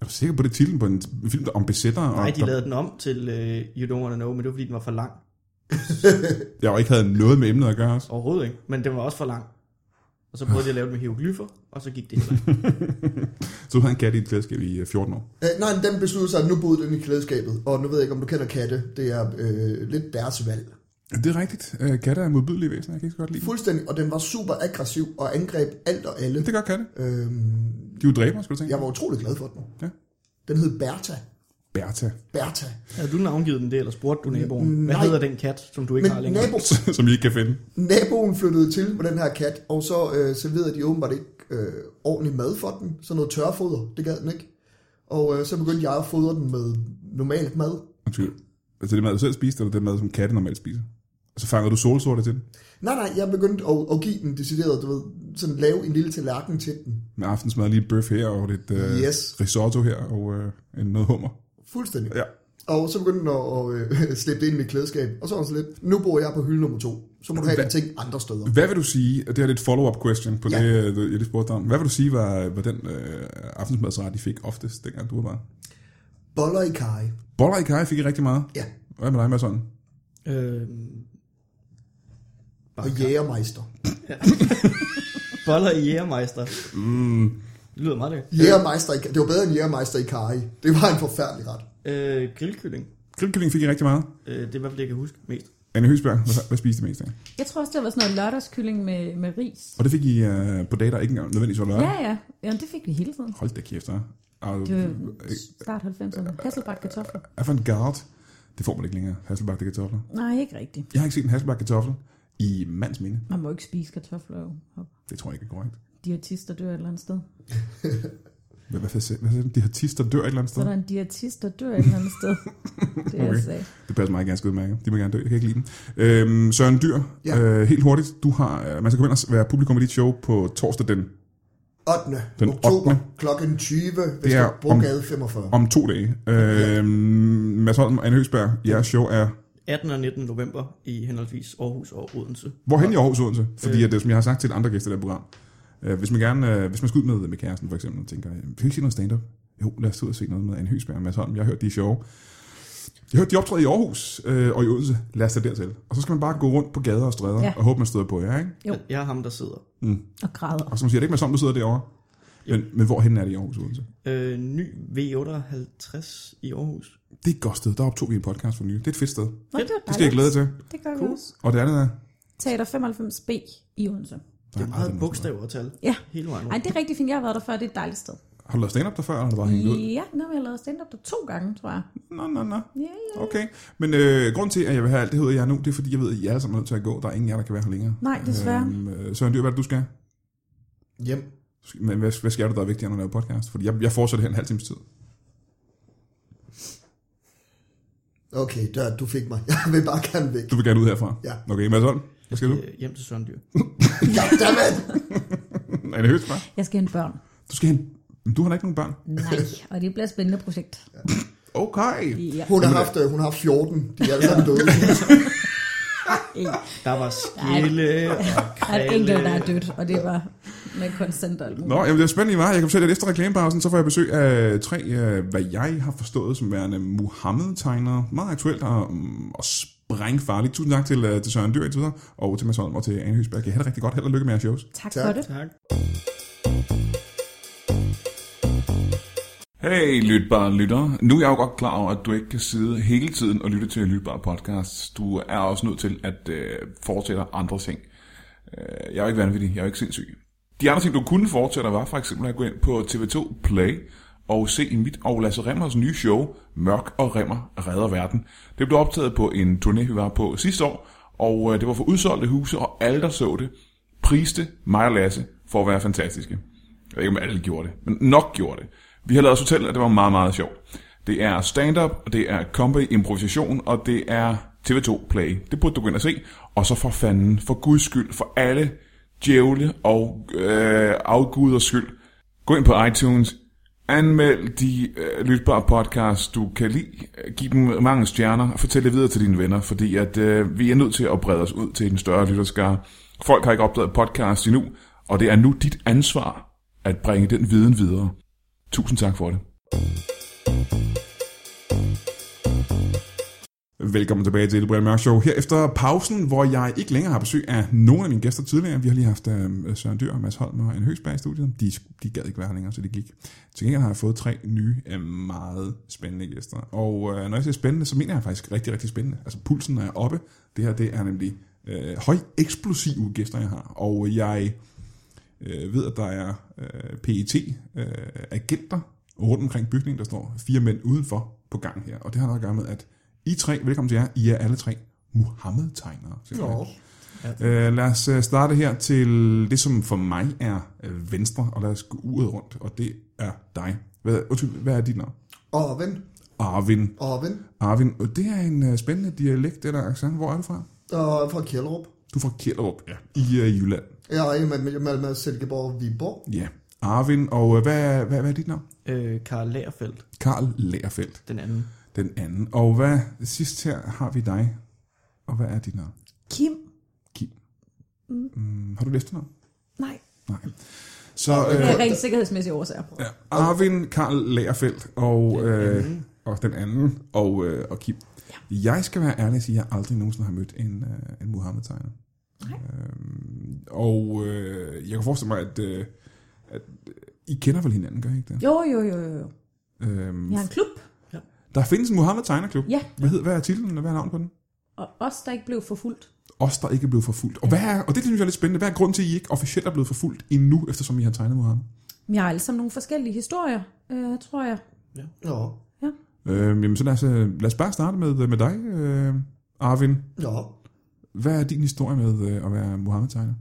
Er du sikker på det er titlen på en film der- om besætter? Og Nej, de der- lavede den om til øh, You Don't Wanna Know, men det var fordi, den var for lang. Jeg jo ikke havde noget med emnet at gøre også. Overhovedet ikke, men den var også for lang. Og så prøvede de at lave den med hieroglyffer, og så gik det ikke langt. Så du havde en kat i et klædeskab i øh, 14 år. Øh, nej, den besluttede sig, at nu boede den i klædeskabet. Og nu ved jeg ikke, om du kender katte. Det er øh, lidt deres valg. Det er rigtigt. Øh, Katte er modbydelige væsener, jeg kan ikke så godt lide. dem. Fuldstændig. Og den var super aggressiv og angreb alt og alle. Det gør katte. Øhm, De er jo dræber, skulle du tænke. jeg var utrolig glad for den. Ja. Den hed Bertha. Bertha, Bertha. Har du navngivet den det, eller spurgte du naboen? Hvad Nej. hedder den kat, som du ikke Men har længere? nabo, som I ikke kan finde. naboen flyttede til på den her kat, og så øh, serverede de åbenbart ikke øh, ordentlig mad for den. Sådan noget tørfoder, det gad den ikke. Og øh, så begyndte jeg at fodre den med normalt mad. Undskyld. Altså det mad, du selv spiste, eller det mad, som katte normalt spiser? Og så fanger du solsorte til den Nej, nej, jeg begyndte at, at give den decideret, du ved, sådan lave en lille tallerken til den. med aftensmad, lige et bøf her, og lidt øh, Yes. risotto her, og øh, en- noget hummer. Fuldstændig. Ja. Og så begyndte den at, at øh, slippe det ind i mit klædeskab. Og så var den sådan lidt, nu bor jeg på hylde nummer to. Så må du have Hvad? dine ting andre steder. Hvad vil du sige, og det er lidt follow-up question på Ja. ja. det, øh, jeg lige spurgte dig om. Hvad vil du sige, var, var den øh, aftensmadsret, de fik oftest, dengang du var barn? Boller i kaj. Boller i kaj fik I rigtig meget. Ja. Hvad med dig med sådan? Øh, Og jægermeister. boller i jægermeister. Mm. Det lyder meget lækkert. Jægermeister i, det var bedre end jægermeister i kaj. Det var en forfærdelig ret. Øh, grillkylling. Grillkylling fik I rigtig meget. Øh, det er i hvert fald det, jeg kan huske mest. Anne Høsberg, hvad, hvad spiste I mest af? Jeg tror også, det var sådan noget lørdagskylling med, med ris. Og det fik I øh, på dage, der ikke engang nødvendigvis var lørdag. Ja, ja. Jamen, det fik vi hele tiden. Hold da kæft, der. Det var start 90'erne. Hasselbagt kartofler. øh, Avantgarde, det får man ikke længere. Hasselbagte kartofler. Nej, ikke rigtigt. Jeg har ikke set en hasselbagte kartoffel i mands minde. Man må ikke spise kartofler jo. Og Det tror jeg ikke er korrekt. Diætister dør et eller andet sted. Hvad, hvad, hvad, hvad, hvad de her tister dør et eller andet Så sted? er der en diætist, der dør et eller andet sted. Det er Okay. jeg sagde. Det passer mig ganske udmærket. De må gerne dø. Jeg kan ikke lide dem. Øhm, Søren Dyr, ja. Ja. øh, helt hurtigt. Du har, øh, man skal komme ind og være publikum i dit show på torsdag den. 8. Den Den oktober 8.. klokken 20, Det er Vesterbro om- Gade 45. Om to dage. Øh, Mads Holm og Anne Høsberg, jeres show er... 18. og 19. november i henholdsvis Aarhus og Odense. Hvorhen i Aarhus Odense? Fordi at, øh, som jeg har sagt til andre gæster i det her program, øh, hvis man gerne, øh, hvis man skal ud med, med kæresten for eksempel, og tænker, øh, vil vi ikke se noget stand-up? Jo, lad os tage ud og se noget med Anne Høsberg og Mads Holm. Jeg har hørt, de er sjove. Jeg hørte, de optræder i Aarhus øh, og i Odense. Lad os tage dertil. Og så skal man bare gå rundt på gader og stræder Ja. og håbe, man støder på jer, ikke? Jo. Jeg er ham, der sidder. Og græder. Og som siger, det er ikke med sådan, du sidder derovre. Men, men hvorhen er det i Aarhus Odense? Øh, ny V58 i Aarhus. Det er et godt sted. Der optog vi en podcast for nylig. Det er et fedt sted. Nå, det, var Det skal jeg glæde jer til. Det gør vi Cool. også. Og det andet er... Teater 95B i Odense. Det Nej, er aldrig meget noget bogstaver og tal. Ja. Hele vejen Ej, rundt. det er rigtig fint. Jeg har været der før. Det er et dejligt sted. sådan noget. Har du lavet stand-up der før, eller har du bare hængt ud? Ja, nu har jeg lavet stand-up der to gange, tror jeg. Nå, nå, nå. Ja, ja. Okay. Men øh, grund til, at jeg vil have alt det ud af jer nu, det er fordi, jeg ved, at I alle sammen er nødt til at gå. Der er ingen af jer, der kan være her længere. Nej, desværre. Øhm, øh, Søren Dyr, hvad er det, du skal? Hjem. Men hvad, hvad skal du, der er vigtigere, end at lave podcast? Fordi jeg, jeg fortsætter her en halv times tid. Okay, der, du fik mig. Jeg vil bare gerne væk. Du vil gerne ud herfra? Ja. Okay, Mads Holm, hvad skal du? Øh, hjem til Søren Dyr. Ja, dammit! Anne Høsberg, Jeg skal hente børn. du skal hen. Men du har da ikke nogen børn. Nej, og det bliver et spændende projekt. Okay. Ja. Hun har haft, øh, hun har haft 14. De er alle sammen døde. Der var skille og Der er et enkelt, der er kræle. dødt, og det var med konstant og alt muligt. Nå, jamen det er spændende, I var. Jeg kan fortælle, at efter reklamepausen, så får jeg besøg af tre, øh, hvad jeg har forstået som værende Muhammed-tegnere. Meget aktuelt og, mm, og sprængfarligt. Tusind tak til, øh, til Søren Dyr i Twitter, og til Mads Holm og til Anne Høsberg. Jeg har det rigtig godt. Held og lykke med jeres shows. Tak, Tak. for det. Tak. Hey lytbare lyttere, nu er jeg jo godt klar over, at du ikke kan sidde hele tiden og lytte til lytbare podcasts. Du er også nødt til at øh, fortsætte andre ting. Øh, jeg er jo ikke vanvittig, jeg er jo ikke sindssyg. De andre ting, du kunne fortsætte, var for eksempel at gå ind på TV2 Play og se mit og Lasse Remmers nye show, Mørk og Remmer redder verden. Det blev optaget på en turné, vi var på sidste år, og øh, det var for udsolgte huse, og alle, der så det, priste mig og Lasse for at være fantastiske. Jeg ved ikke, om alle gjorde det, men nok gjorde det. Vi har lavet os fortælle, at det var meget, meget sjovt. Det er stand-up, og det er comedy improvisation, og det er TV2 Play. Det burde du gå ind og se. Og så for fanden, for guds skyld, for alle djævle og øh, afguders skyld, gå ind på iTunes, Anmeld de øh, lytbare podcasts, du kan lide. Giv dem mange stjerner og fortæl det videre til dine venner, fordi at, øh, vi er nødt til at brede os ud til en større lytterskare. Folk har ikke opdaget podcast endnu, og det er nu dit ansvar at bringe den viden videre. Tusind tak for det. Velkommen tilbage til Det Brian Mørk Show. Her efter pausen, hvor jeg ikke længere har besøg af nogen af mine gæster tidligere. Vi har lige haft øh, Søren Dyr, Mads Holm og Anne Høgsberg i studiet. De, de gad ikke være her længere, så de gik. Til gengæld har jeg fået tre nye, øh, meget spændende gæster. Og øh, når jeg siger spændende, så mener jeg faktisk rigtig, rigtig spændende. Altså pulsen er oppe. Det her, det er nemlig øh, høj eksplosive gæster, jeg har. Og E jeg øh, ved, at der er øh, PET-agenter øh, rundt omkring bygningen, der står fire mænd udenfor på gang her. Og det har noget at gøre med, at I tre, velkommen til jer, I er alle tre Muhammed-tegnere. simpelthen. Nå. Øh, lad os øh, starte her til det, som for mig er øh, venstre, og lad os gå uret rundt, og det er dig. Hvad, undskyld, hvad er dit navn? Arven, Arvin. Arven, Arvin, og det er en øh, spændende dialekt, eller accent. Hvor er du fra? og fra Kjellerup. Du er fra Kjellerup ja. i øh, Jylland. Jeg er i med, med, med Silkeborg og Viborg. Ja. Arvin, og øh, hvad, hvad, hvad er dit navn? Øh, Karl Lagerfeldt, Karl Lærfeldt, den anden. den anden. Og hvad sidst her har vi dig, og hvad er dit navn? Kim? Kim. Mm, har du et efternavn? Nej. Nej. Så Det øh, er rent sikkerhedsmæssige årsager. Ja, Arvin, Karl Lagerfeldt og, øh, og den anden, og, øh, og Kim. Ja. Jeg skal være ærlig og sige, at jeg aldrig nogensinde har mødt en, øh, en Muhammed-tegner. Øhm, og øh, jeg kan forestille mig, at, øh, at øh, I kender vel hinanden, gør I ikke det? Jo, jo, jo, jo, jo. Øhm, Vi har en klub, Der findes en Muhammed-tegnerklub. Ja. Hvad, hed, hvad er titlen, og hvad er navnet på den? og os, der ikke blev forfulgt. Os, der ikke blev forfulgt. Og, hvad er, og det synes jeg er lidt spændende. Hvad er grunden til, at I ikke officielt er blevet forfulgt endnu, eftersom I har tegnet Muhammed? Vi har alle sammen nogle forskellige historier, øh, tror jeg. Ja, Øh, jamen, så lad os, øh, lad os bare starte med, med dig, øh, Arvin. ja. Hvad er din historie med øh, at være Mohammed-tegner?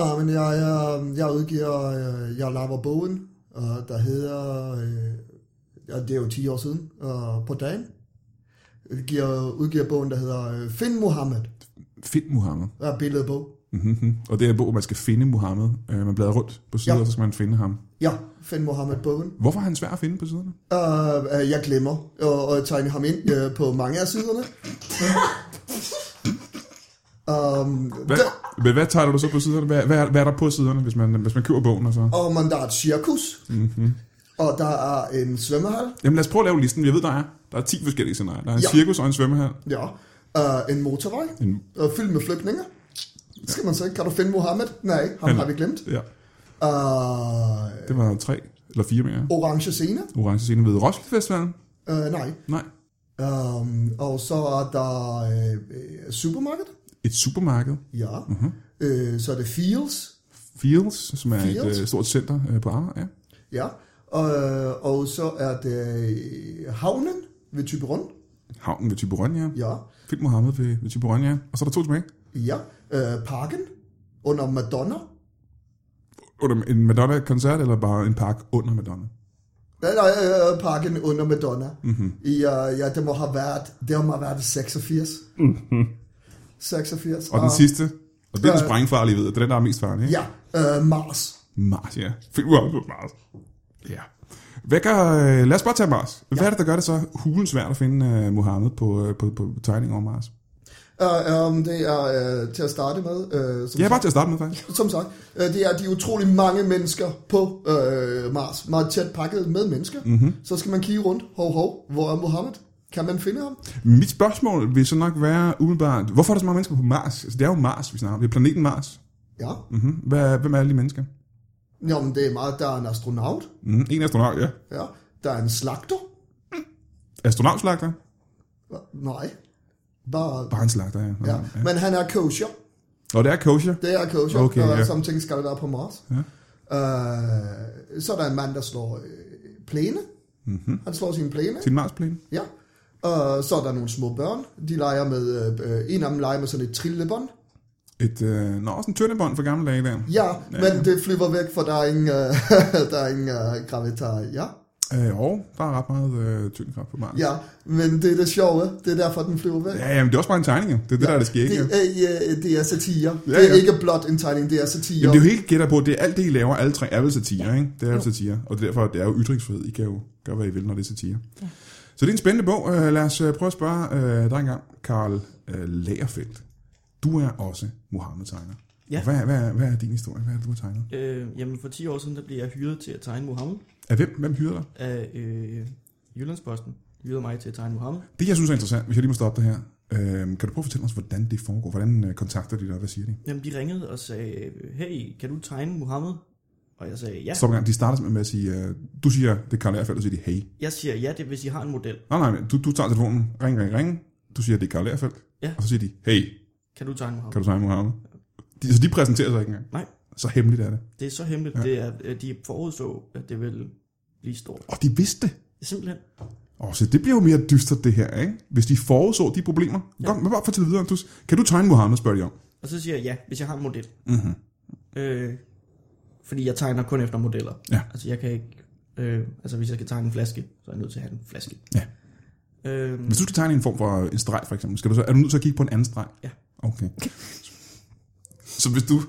Uh, men jeg, jeg, jeg udgiver, øh, jeg laver bogen, uh, der hedder, øh, ja, det er jo 10 år siden, uh, på dagen. Jeg giver, udgiver bogen, der hedder øh, Find Mohammed. Find Mohammed. Der er billedet på. Mm-hmm. Og det er en bog, hvor man skal finde Mohammed. Øh, man bladrer rundt på sider, ja. Ja. og så skal man finde ham. Ja, Find Mohammed-bogen. Hvorfor er han svær at finde på siderne? Øh, øh, jeg glemmer at, at tegne ham ind øh, på mange af siderne. um, Hvad, der, men hvad tegner du så på siderne? Hvad, hvad, er, hvad er der på siderne, hvis man, hvis man køber bogen? Og så? og man, der er et cirkus. Mm-hmm. Og der er en svømmehal. Jamen lad os prøve at lave listen. Jeg ved, der er, der er 10 forskellige scenarier. Der er en ja. Ja. cirkus og en svømmehal. Ja. Uh, en motorvej. En- En... Uh, fyldt med flygtninge. Skal man så ikke? Kan du finde Mohammed? Nej, ham Han- har vi glemt. Ja, Uh, det var tre eller fire mere. orange scene. Orange scene ved Roskilde Festivalen. Uh, nej. Nej, Um, og så er der øh, øh, supermarked. et supermarked. Ja. Mm-hmm. Uh, så er det Fields. Fields, som er et Fields? øh, stort center øh, på Amager. Ja. Ja, og, og så er det øh, havnen ved Typerun. Havnen ved Tiburon, ja. Ja, Find Mohammed ved, ved Tiburon, ja. Og så er der to tilbage. ja. Øh, parken under Madonna. Under en Madonna-koncert, eller bare en park under Madonna? Nej, nej, øh, parken under Madonna. Mm-hmm. Mhm. Ja, ja, det må have været, det må have været 86. Mm-hmm. 86. Mhm. Og den sidste, og det er den sprængfarlige, ved jeg, det er den, der er mest farlig, ikke? Ja, øh, Mars. Mars, ja. Find Mohammed på Mars. Ja. Hvad gør, øh, lad os bare tage Mars. Hvad er det, der gør det så hulen svært at finde uh, Mohammed på, øh, på, på, på tegning over Mars? Øh, øh, det er øh, til at starte med, øh, som, Ja, ja. bare til at starte med, faktisk. som sagt, øh, det er de utrolig mange mennesker på øh, Mars. Meget tæt pakket med mennesker. Mhm. Mm-hmm. Så skal man kigge rundt. Hov, hov, hvor er Mohammed? Kan man finde ham? Mit spørgsmål vil så nok være umiddelbart, hvorfor er der så mange mennesker på Mars? Altså, det er jo Mars, vi snakker om. Det er planeten Mars. Ja. Mm-hmm. Hvad, hvem er alle de mennesker? Jo, men det er meget, der er en astronaut, Mm, en astronaut, ja. ja. der er en slagter, Astronautslagter? Hva- nej, bare, Bare en slagter, ja. ja. men han er kosher, Og det er kosher. det er kosher, Okay, og ja. som ting skal være på Mars. Ja. Øh, så er der en mand, der slår øh, plæne, Mhm. mm-hmm. han slår sin plæne, Til en Marsplan. ja. Og så er der nogle små børn, de leger med, øh, øh, en af dem leger med sådan et trillebånd, Et, øh, nå, også en tyndebånd fra gamle dage der. ja, men det flyver væk, for der er ingen, øh, der er ingen øh, gravitar, ja. Øh, og der er ret meget øh, tyngdekraft på Mars. Ja, men det er det sjove, det er derfor, den flyver væk. Ja, jamen, det er også bare en tegning, jo. Det er det, der er det skægge. Det jo. er, ja, det er satire. Ja, Ja, ja. Det ja. er ikke blot en tegning, det er satire. Jamen, det er jo helt gætter på, det er alt det, I laver, alle tre er vel satire, ikke? Det er jo Jo. satire, og derfor det er jo ytringsfrihed. I kan jo gøre, hvad I vil, når det er satire. Ja. Så det er en spændende bog. Øh, Lad os øh, prøve at spørge øh, dig engang, Karl øh, Lagerfeldt. Du er også Mohammed-tegner. Ja. Og Hvad, hvad, hvad er din historie? Hvad er det, du har tegnet? Øh, jamen, for 10 år siden, der blev jeg hyret til at tegne Mohammed Af hvem, hvem hyrer dig? af øh, Jyllandsposten. Hyrede mig til at tegne Mohammed. Det, jeg synes er interessant, hvis jeg lige må stoppe dig her. Øh, kan du prøve at fortælle os, hvordan det foregår? Hvordan øh, kontakter de dig? Hvad siger de? Jamen, de ringede og sagde, hey, kan du tegne Mohammed? Og jeg sagde, ja. Stop en gang. De starter simpelthen med at sige, øh, du siger, det er Karl Lerfeldt, og så siger de, hey. Jeg siger ja, det, er, hvis I har en model. Nej, nej, men du, du tager telefonen, ring, ring, ring. Du siger, det er Karl Lerfeldt. Ja. Og så siger de, hey, Kan du tegne Mohammed? kan du tegne Mohammed? De, så de præsenterer sig ikke engang. Nej. Så hemmeligt er det. Det er så hemmeligt. Ja. Det er, at de forudså, at det ville blive stort. Og de vidste det. Simpelthen. Åh, så det bliver jo mere dystert det her, ikke? Hvis de forudså de problemer. Ja. Kom, men bare fortæl videre. Du, kan du tegne Muhammed, spørger de om. Og så siger jeg ja, hvis jeg har en model. Mm-hmm. Mhm. Øh, fordi jeg tegner kun efter modeller. Ja. Altså jeg kan ikke... Øh, altså hvis jeg skal tegne en flaske, så er jeg nødt til at have en flaske. Ja. Øh, Hvis du skal tegne en form for en streg, for eksempel, skal du så, er du nødt til at kigge på en anden streg? Ja. Okay. Så hvis du,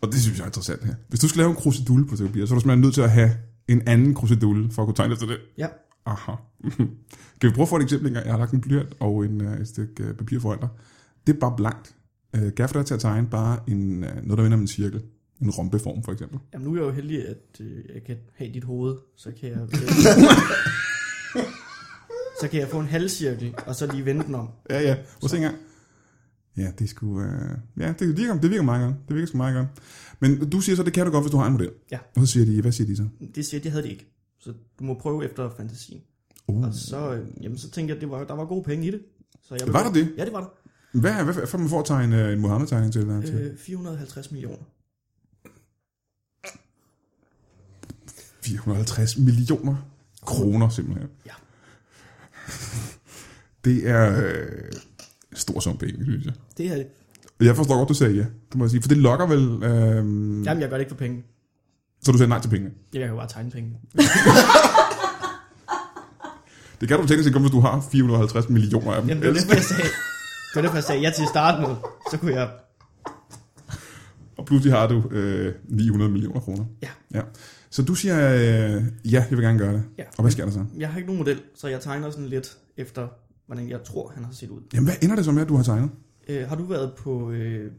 og det synes jeg er interessant her, hvis du skal lave en krusedulle på teorier, så er du simpelthen nødt til at have en anden krusedulle for at kunne tegne efter det. ja. Aha. kan vi prøve at få et eksempel engang? Jeg har lagt en blyant og en, øh, et stykke øh, papir foran dig. Det er bare blankt. Øh, Gaffet er til at tegne bare en, øh, noget, der minder om en cirkel. En rombeform for eksempel. Jamen nu er jeg jo heldig, at øh, jeg kan have dit hoved, så kan jeg... Øh, så kan jeg få en halvcirkel, og så lige vende den om. Ja, ja. Prøv at se engang. Ja, det skulle... Øh... Ja, det virker, det virker meget godt. Det virker sgu meget godt. Men du siger så, det kan du godt, hvis du har en model. Ja. Og så siger de, hvad siger de så? Det siger, det havde de ikke. Så du må prøve efter fantasien. Uh. Og så, øh, jamen, så tænkte jeg, at det var, der var gode penge i det. Så jeg Var der det? Ja, det var der. Hvad, hvad, hvad får man for at tegne øh, en Mohammed-tegning til? Eller til? Øh, 450 millioner. 450 millioner kroner simpelthen. Ja. Det er øh, en stor sum penge, synes jeg. Det her, Og Jeg forstår godt, du sagde ja, det må jeg sige. For det lokker vel... Øh, jamen, jeg gør det ikke for penge. Så du sagde nej til pengene. Jeg kan jo bare tegne penge. Mm. Det kan du teknisk set kun, hvis du har 450 millioner af dem. Jamen, det var derfor, jeg sagde, det var derfor, jeg sagde ja til at starte med. Så kunne jeg, Og pludselig har du øh, 900 millioner kroner. Ja. ja. Så du siger, øh, ja, jeg vil gerne gøre det. Ja. Og hvad sker der så? jeg har ikke nogen model, så jeg tegner sådan lidt efter, hvordan jeg tror, han har set ud. Jamen, hvad ender det så med, at du har tegnet? Øh, har du været på øh,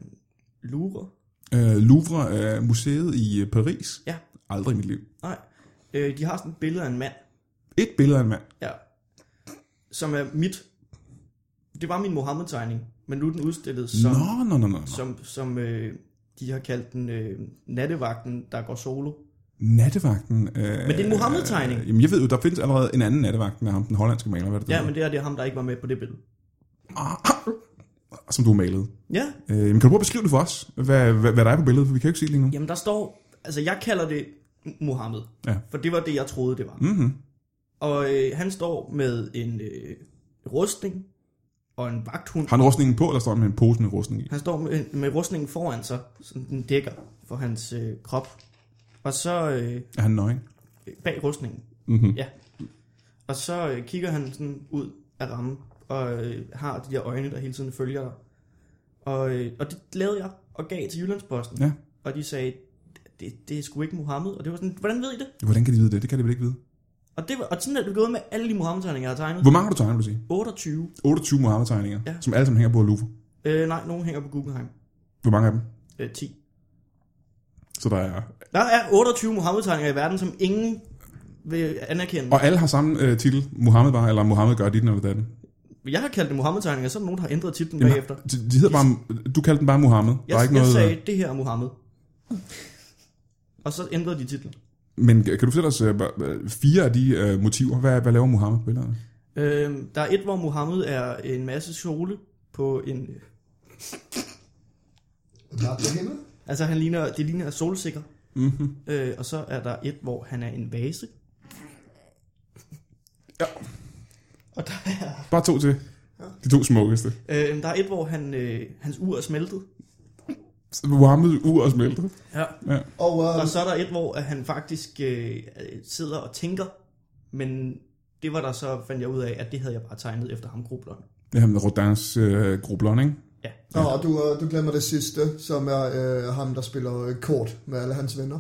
Louvre? Øh, Louvre øh, museet i øh, Paris? Ja. Aldrig i mit liv. Nej. Øh, de har sådan et billede af en mand, Et billede af en mand. ja, som er mit. Det var min Mohammed-tegning, men nu er den udstillet som, Nå, nå, nå, nå. nå. som, som øh, de har kaldt den øh, nattevagten, der går solo. Nattevagten. Øh, Men det er en Mohammed-tegning. Øh, jamen, jeg ved jo, der findes allerede en anden nattevagt, med ham, den hollandske maler, hvad er det, Ja, men det er det er ham, der ikke var med på det billede. hedder? Ah, som du har malet. Ja, Øh, men kan du prøve at beskrive det for os, hvad, hvad, hvad der er på billedet, for vi kan jo ikke se det lige nu. Jamen der står, altså jeg kalder det Mohammed, Ja. for det var det, jeg troede, det var. Mm-hmm. Og øh, han står med en øh, rustning og en vagthund. Har han rustningen på, eller står han med en pose med rustning i? Han står med, med rustningen foran sig, som den dækker for hans øh, krop. Og så øh, Er han nøgen? bag rustningen, Mm-hmm. ja. Og så øh, kigger han sådan ud af rammen og øh, har de der øjne, der hele tiden følger dig. Og, øh, og det lavede jeg og gav til Jyllandsposten. Ja. Og de sagde, det, det er sgu ikke Mohammed. Og det var sådan, hvordan ved I det? Hvordan kan de vide det? Det kan de vel ikke vide. Og, det var, og sådan er det gået med alle de Mohammed-tegninger, jeg har tegnet. Hvor mange har du tegnet, vil du sige? 28. 28 Mohammed-tegninger, ja. Ja. som alle sammen hænger på Louvre. Øh, nej, nogen hænger på Guggenheim. Hvor mange af dem? Øh, 10. Så der er... Der er 28 Mohammed-tegninger i verden, som ingen vil anerkende. Og alle har samme øh, titel, Mohammed bare, eller Mohammed gør dit eller datten. Jeg har kaldt det Mohammed-tegninger, så er der nogen, der har ændret titlen Jamen, bagefter. De, de hedder bare, du kaldte den bare Mohammed. Jeg, der er jeg ikke noget, øh, sagde, det her er Mohammed. og så ændrede de titlen. Men kan du fortælle os øh, hva- hva- fire af de øh, motiver? Hvad, hvad laver Mohammed på billederne? Øh, der er et, hvor Mohammed er en masse kjole på en... Der er himmel. Altså, han ligner, det ligner solsikker. Mhm. Mm-hmm. Øh, og så er der et, hvor han er en vase. Ja. Og der er Bare to til. De to smukkeste. Øh, der er et, hvor han, øh, hans ur er smeltet. Så Mohammed ur og smeltet. Ja. Og øh, Og så er der et, hvor at han faktisk øh, øh, sidder og tænker, men det var der så, fandt jeg ud af, at det havde jeg bare tegnet efter ham, grubleren. Det her med Rodins øh, grublon, ikke? Ja. nå, og du, øh, du glemmer det sidste, som er øh, ham, der spiller øh, kort med alle hans venner.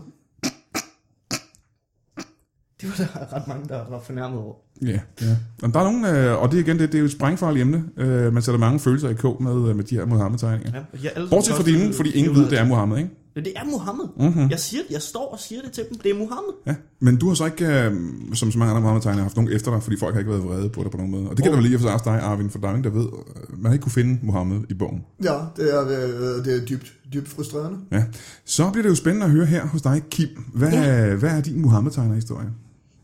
Det var der ret mange, der var fornærmet over. Ja, ja. Jamen, der er nogen, øh, og det er igen, det, det er jo et sprængfarligt emne. Øh, man sætter mange følelser i kog med, øh, med de her Mohammed-tegninger. Ja, og de har alle Bortset fra øh, dine, fordi ingen ved, det Mhm. er Mohammed, ikke? Men det er Mohammed. Mm-hmm. Jeg, siger, jeg står og siger det til dem. Det er Mohammed. Ja. Men du har så ikke, øh, som så mange andre Mohammed-tegnere, haft nogen efter dig, fordi folk har ikke været vrede på dig på nogen måde. Og det gælder vel lige for sig også dig, Arvin, for der er jo ingen, der ved, øh, man har ikke kunne finde Mohammed i bogen. Ja, det er, øh, det er dybt, dybt frustrerende. Ja. Så bliver det jo spændende at høre her hos dig, Kim. Hvad, ja. hvad er din Mohammed-tegner-historie?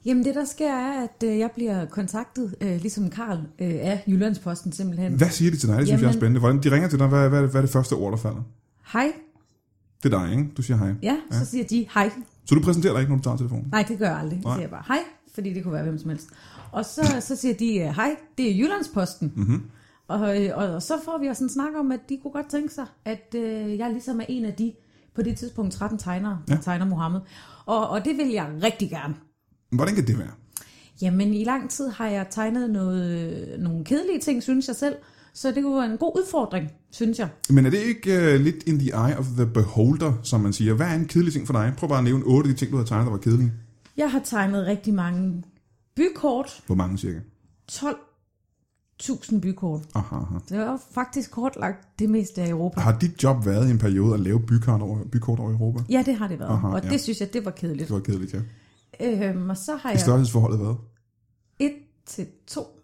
Jamen det, der sker, er, at øh, jeg bliver kontaktet, øh, ligesom Karl øh, af Jyllandsposten simpelthen. Hvad siger de til dig? Det synes Jamen. jeg er Jamen- spændende. Hvordan, de ringer til dig, hvad, hvad, er det- hvad er det første ord, der falder? Hej. Det er dig, ikke? Du siger hej. Ja, så siger de hej. Så du præsenterer dig ikke, når du tager telefonen? Nej, det gør jeg aldrig. Så Nej. siger jeg bare hej. fordi det kunne være hvem som helst. Og så, så siger de, øh, hej, det er Jyllandsposten. Mm-hmm. Og, øh, og, og så får vi også en snak om, at de kunne godt tænke sig, at øh, jeg ligesom er en af de, på det tidspunkt 13 tegnere, ja. tegner Mohammed. Og, og det vil jeg rigtig gerne. Hvordan kan det være? Jamen, i lang tid har jeg tegnet noget, øh, nogle kedelige ting, synes jeg selv. Så det kunne være en god udfordring, synes jeg. Men er det ikke uh, lidt in the eye of the beholder, som man siger? Hvad er en kedelig ting for dig? Prøv bare at nævne otte af de ting, du har tegnet, der var kedelige. Jeg har tegnet rigtig mange bykort. Hvor mange cirka? 12.000 bykort. Aha, aha. Det var faktisk kortlagt det meste af Europa. Har dit job været i en periode at lave bykort over, bykort over Europa? Ja, det har det været. Aha, og ja. det synes jeg, det var kedeligt. Det var kedeligt, ja. Øhm, og så har I jeg størrelsesforholdet hvad? 1 til 2.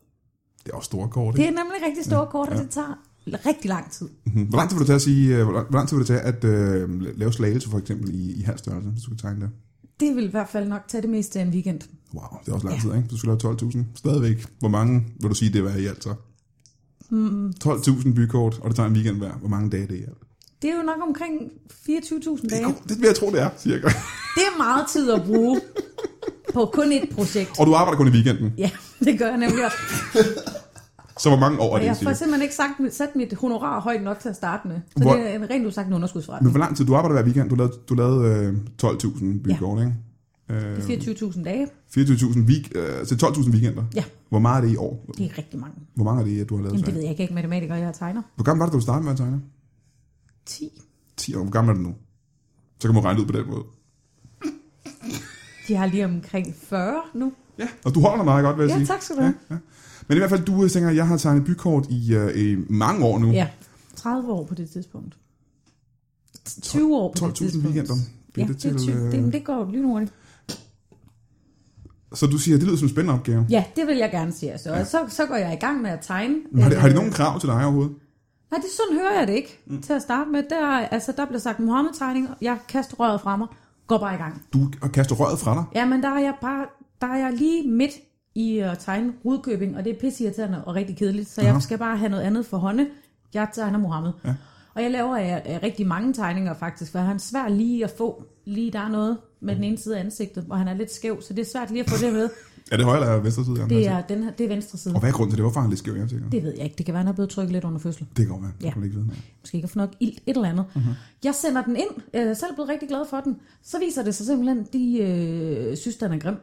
Det er også store kort, Det ikke? er nemlig rigtig store kort, og det tager rigtig lang tid. Mhm. Hvor lang tid vil det tage at, sige, øh, hvor lang- hvor lang tid vil det tage at øh, lave slagelse for eksempel i, i halv størrelse, hvis du kan tegne det? Det vil i hvert fald nok tage det meste af en weekend. Wow, det er også lang Ja. tid, ikke? Du skal lave 12.000. Stadigvæk. Hvor mange vil du sige, det var i alt så? Mm. 12.000 bykort, og det tager en weekend hver. Hvor mange dage det er i alt? Det er jo nok omkring 24.000 Det, dage. er- det vil jeg tro, det er, cirka. Det er meget tid at bruge på kun et projekt. Og du arbejder kun i weekenden. Ja, det gør jeg nemlig også. Så hvor mange år er Og jeg det, får cirka? simpelthen ikke sagt, mit- sat mit honorar højt nok til at starte med. Så Hvor- det er en rent udsagt en Men underskudsforretning. hvor lang tid? Du arbejder hver weekend. Du lavede, du lavede øh, 12.000 bykort, ikke? Øh, 24.000 dage, 24.000 week, øh, til 12.000 weekender. Ja. Hvor meget er det i år? det er rigtig mange. Hvor mange er det, du har lavet? Jamen det så? ved jeg ikke, jeg er ikke matematiker, jeg er tegner. Hvor gammel var det, da du startede med at tegne? 10. 10 år. Hvor gammel er du nu? Så kan man regne ud på den måde. De har lige omkring 40 nu. Ja. Og du holder dig meget godt, vil jeg Ja, sige. tak skal du have. Men i hvert fald, du øh, tænker, at jeg har tegnet bykort i, øh, i mange år nu. Ja, 30 år på det tidspunkt. 20 år på det 12.000 tidspunkt. weekender. Ja, det, er til, 20. øh, det, men det går jo lynhurtigt. Så du siger, at det lyder som en spændende opgave. Ja, det vil jeg gerne sige. Altså. Og så, så går jeg i gang med at tegne. Men Har de, har de Øh, nogen krav til dig overhovedet? Nej, det sådan hører jeg det ikke. Mm. Til at starte med, der, altså, der blev sagt Mohammed-tegning, jeg kaster røret fra mig, går bare i gang. Du har kastet røret fra dig. Ja, men der er jeg bare, der er jeg lige midt i at tegne Rudkøbing, og det er pisseirriterende og rigtig kedeligt, så Aha. jeg skal bare have noget andet for hånde. Jeg tegner Mohammed. Ja. Og jeg laver øh, øh, rigtig mange tegninger faktisk, for han er svær lige at få, lige der er noget med den ene side af ansigtet, hvor han er lidt skæv, så det er svært lige at få det med. Er det højre eller venstre side? af Det ansigtet? er, den her, det er venstre side. Og hvad er grunden til det? Hvorfor er han lidt skæv i ansigtet? Det ved jeg ikke. Det kan være, han er blevet trykket lidt under fødslen. Det kan godt være. Det Ja. kan man ikke vide. nej. måske ikke har fået nok ild, et eller andet. Mm-hmm. Jeg sender den ind, øh, selv blevet rigtig glad for den. Så viser det sig simpelthen, de øh, synes, den er grim.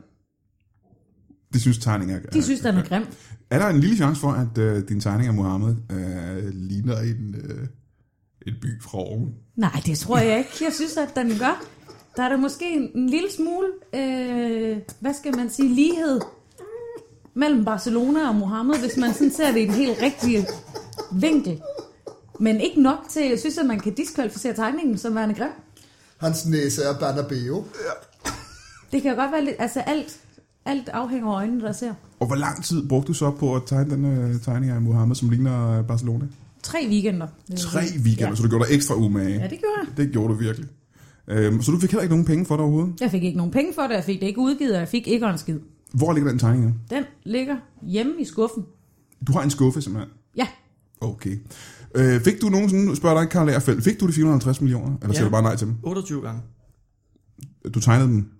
De synes, tegninger er... De synes, den er grim. Er der en lille chance for, at øh, din tegning af Mohammed øh, ligner en, øh, en by fra oven? Nej, det tror jeg ikke. Jeg synes, at den gør. Der er der måske en, en lille smule, øh, hvad skal man sige, lighed mellem Barcelona og Mohammed, hvis man sådan ser det i den helt rigtige vinkel. Men ikke nok til, jeg synes, at man kan diskvalificere tegningen som værende grim. Hans næse er Bernabeu. Det kan jo godt være lidt, altså alt, alt afhænger af øjnene, der ser. Og hvor lang tid brugte du så på at tegne den øh, tegning af Mohammed, som ligner øh, Barcelona? Tre weekender. Tre weekender, ja. så du gjorde dig ekstra umage. Ja, det gjorde jeg. Det gjorde du virkelig. Øhm, så du fik heller ikke nogen penge for det overhovedet. Jeg fik ikke nogen penge for det, jeg fik det ikke udgivet, og jeg fik ikke en skid. Hvor ligger den tegning? henne? Den ligger hjemme i skuffen. Du har en skuffe simpelthen. Ja, Okay. Øh, fik du nogensinde, nu spørger jeg dig, Karl Lagerfeldt, fik du de 450 millioner? Eller ja. sagde Ja. du bare nej til dem? 28 gange. Du tegnede dem?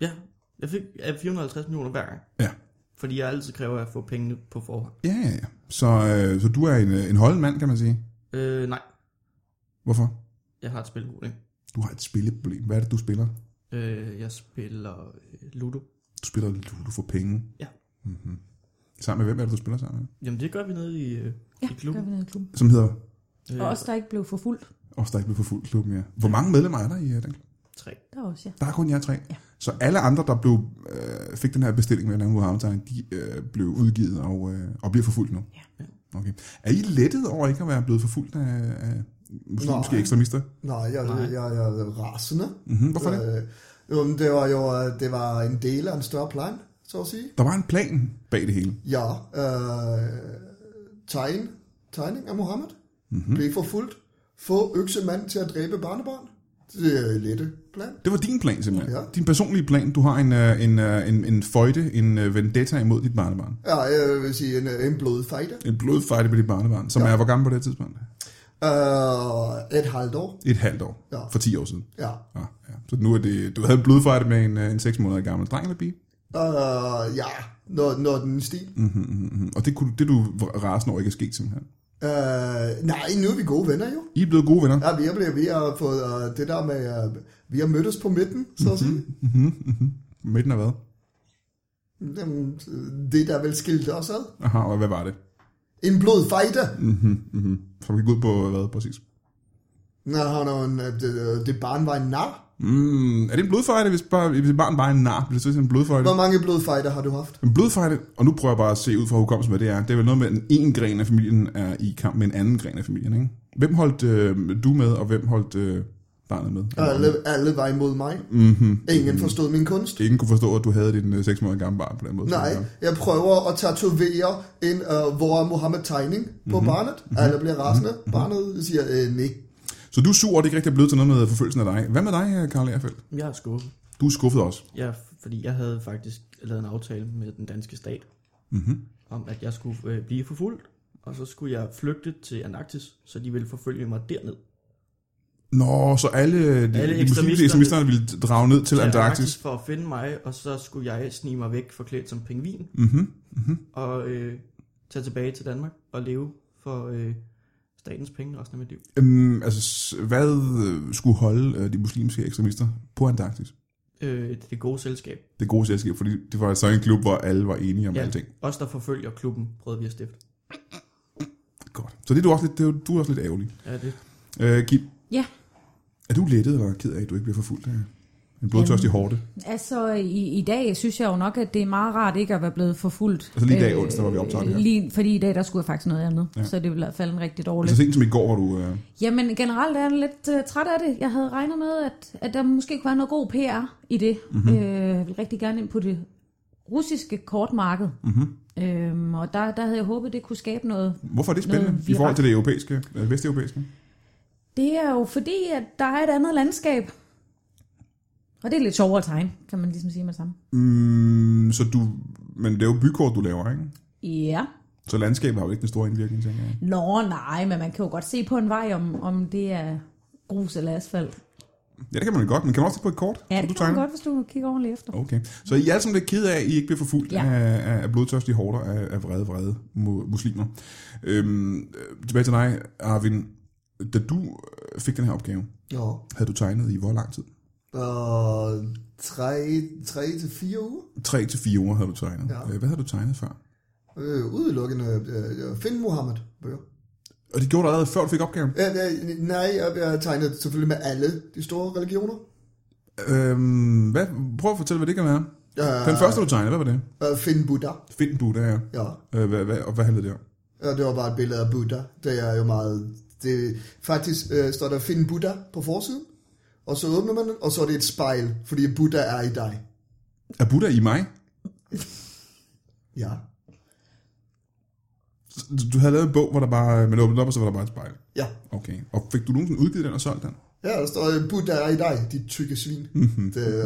Ja, jeg fik øh, 450 millioner hver gang. Ja. Fordi jeg altid kræver at få pengene på forhånd. Ja, ja, ja. Så, øh, så du er en, øh, en holden mand, kan man sige. Øh, nej, Hvorfor? jeg har et spilproblem. Du har et spilleproblem. Hvad er det, du spiller? Øh, jeg spiller øh, Ludo. Du spiller Ludo for penge. Ja. Mm-hmm. Sammen med hvem er det, du spiller sammen med? Jamen det gør vi nede i, øh, ja i det gør klubben. Øh, vi nede i klubben. Som hedder Og os, der ikke blev forfulgt. Os, der ikke blev for fuld klubben, ja. Hvor mange medlemmer er der i øh, den klub? Tre. Der var også, ja. Der er kun jer tre. Ja. Så alle andre, der blev, øh, fik den her bestilling med at lave Muhammedtegning, de øh, blev udgivet og, øh, og bliver forfulgt nu. Ja. Okay. Er I lettet over ikke at være blevet forfulgt af, af muslimske Nej. ekstremister? Nej, jeg, Nej. Mm, jeg, jeg, jeg er rasende. Mm-hmm. Hvorfor det? Øh, jo, men det var jo øh, det var en del af en større plan, så at sige. Der var en plan bag det hele. Ja, øh, tegn, tegning af Mohammed. Mhm. Mm-hmm. Blive forfulgt. Få øksemand til at dræbe barnebarn. Det er lette plan. Det var din plan simpelthen. Ja. Ja. Din personlige plan. Du har en, øh, en, øh, en, en føjte, en øh, vendetta imod dit barnebarn. Ja, jeg vil sige en, en blodfejde. En blodfejde med dit barnebarn, som ja. er hvor gammel på det tidspunkt? Øh, et halvt år. Et halvt år. Ja. For 10 år siden. Ah, Ja, Ja, ja. Så nu er det, du havde en blodfejde med en, øh, en 6 måneder gammel dreng eller pige? Øh, ja, når, når den stil. Mm. Mm, Og det, kunne, det er du rasende over ikke er sket simpelthen. Øh, nej, nu er vi gode venner jo. I er blevet gode venner. Ja. Ja, vi er blevet, vi har fået øh, det der med, øh, vi har mødtes på midten, så at sige. Midten af hvad? Jamen, det der vel skilte os ad. Aha, og hvad var det? En blodfejde. Mm. Så vi gik ud på hvad præcis? Nå, han er en, øh, det, det barn var en nar. Mm, er det en blodfejde, hvis, bare, hvis barn bare er en nar? Bliver det så en blodfejde? Hvor mange blodfejder har du haft? En blodfejde, og nu prøver jeg bare at se ud fra hukommelsen, hvad det er. Det er vel noget med, at en gren af familien er i kamp med en anden gren af familien, ikke? Hvem holdt øh, du med, og hvem holdt øh, barnet med? Alle, alle var imod mig. Mm-hmm. Ingen forstod min kunst. Ingen kunne forstå, at du havde din øh, 6 måneder gamle barn på den måde. Nej, jeg prøver at tatovere en uh, hvor Mohammed tegning på mm-hmm. barnet. Alle bliver rasende. Barnet siger, øh, nej. Så du er sur, og det er ikke rigtig blevet til noget med forfølgelsen af dig. Hvad med dig, øh, Karl Erfeldt? Jeg er skuffet. Du er skuffet også. Ja, fordi jeg havde faktisk lavet en aftale med den danske stat, mm-hmm. om at jeg skulle øh, blive forfulgt, og så skulle jeg flygte til Antarktis, så de ville forfølge mig derned. Nå, så alle, øh, de, Alle de muslimske ekstremisterne- ekstremisterne ville drage ned til Antarktis. for at finde mig, og så skulle jeg snige mig væk forklædt som pingvin, mm-hmm. Mhm. Mm-hmm. og øh, tage tilbage til Danmark og leve for øh, statens penge resten af mit liv. Øhm, altså, s- hvad øh, skulle holde øh, de muslimske ekstremister på Antarktis? Øh, det gode selskab. Det gode selskab, fordi det var så en klub, hvor alle var enige om ja. alting. os der forfølger klubben, prøvede vi at stifte. Godt. Så det er du også lidt, det er, jo- du er også lidt ærgerlig. Ja, det, Øh, Kim, Ja, er du lettet eller ked af, at du ikke bliver forfulgt af en blodtørstig hårde? altså i, i dag synes jeg jo nok, at det er meget rart ikke at være blevet forfulgt. øh, Altså, lige i dag, onsdag, hvor vi optager det her. Lige, fordi i dag, der skulle jeg faktisk noget andet, ja. så det ville i hvert fald en rigtig dårlig. Så Altså sent som i går var du... Øh, Jamen generelt er jeg lidt uh, træt af det. Jeg havde regnet med, at, at der måske kunne være noget god PR i det. Mm-hmm. Øh, jeg vil rigtig gerne ind på det russiske kortmarked. Mm-hmm. Øhm, og der, der havde jeg håbet, det kunne skabe noget. hvorfor er det spændende Noget i forhold virak. til det europæiske, øh, vesteuropæiske? Det er jo fordi, at der er et andet landskab. Og det er lidt sjovere at tegne, kan man ligesom sige med det samme. Mm, så du... Men det er jo bykort, du laver, ikke? Ja. Så landskabet har jo ikke den store indvirkning, tænker jeg. Nå nej, men man kan jo godt se på en vej, om, om det er grus eller asfalt. Ja, det kan man jo godt, men kan man også se på et kort, Ja, som det du kan man tegner? godt, hvis du kigger ordentligt efter. Okay. Så I er alle sammen lidt ked af, at I ikke bliver forfulgt ja. Ja. af, af- af blodtørstige hårder af, af vrede, vrede mu- muslimer. Øhm, øh, tilbage til dig, Arvin. Da du øh, fik den her opgave, Jo. havde du tegnet i hvor lang tid? Øh, tre, tre til fire uger. 3 til fire uger havde du tegnet. Ja. Ja. Hvad havde du tegnet før? Øh, udelukkende øh, Finn Mohammed bøger. Og det gjorde du allerede før du fik opgaven. Øh, øh, nej, jeg, jeg tegnede selvfølgelig med alle de store religioner. Øhm, hvad, prøv at fortælle, hvad det kan være. Øh, Den første, du tegnede, hvad var det? Øh, Finn Buddha. Find du der. Ja. Ja. Øh, hvad, hvad, og hvad handlede det om? Øh, det var bare et billede af Buddha. Det er jo meget... Det, faktisk øh, står der Finn Buddha på forsiden. Og så åbner man den, og så er det et spejl, fordi Buddha er i dig. Er Buddha i mig? Ja. Så Du havde lavet en bog, hvor der bare, man åbnede op, og så var der bare et spejl. Ja. Okay. Og fik du nogensinde udgivet den og solgt den? Ja, der står, øh, Buddha er i dig, dit tykke svin. det,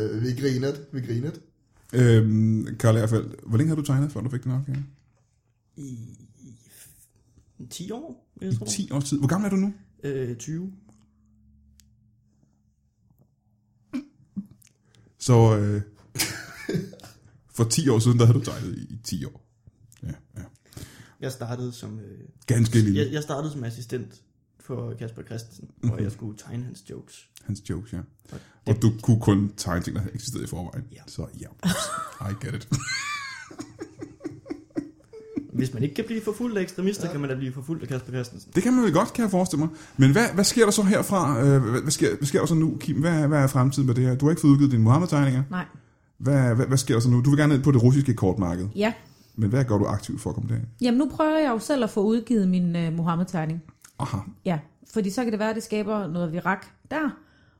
øh, øh, vi grinede, vi grinede. Øhm, Karl Erfeldt, hvor længe havde du tegnet, før du fik den opgave? i 10 år, vil jeg tror. 10 års tid. Hvor gammel er du nu? Øh, 20. Så øh, for 10 år siden, der havde du tegnet i 10 år. Ja, ja. Jeg startede som, øh, Ganske lille. jeg, jeg startede som assistent for Kasper Christensen, mm-hmm. hvor jeg skulle tegne hans jokes. Hans jokes, ja. Og du kunne kun tegne ting, der havde eksisteret i forvejen. Ja. Så ja, I get it. Hvis man ikke kan blive forfulgt af ekstremister, ja. kan man da blive forfulgt af Kasper Christensen. Det kan man vel godt, kan jeg forestille mig. Men hvad, hvad sker der så herfra? Øh, Hvad, hvad, sker, hvad sker der så nu, Kim? Hvad, hvad er fremtiden med det her? Du har ikke fået udgivet dine Mohammed-tegninger. Nej. Hvad, hvad, hvad sker der så nu? Du vil gerne ned på det russiske kortmarked. Ja. Men hvad gør du aktivt for at komme derind? Jamen nu prøver jeg jo selv at få udgivet min øh, Mohammed-tegning. Aha, Ja, fordi så kan det være, at det skaber noget virak der.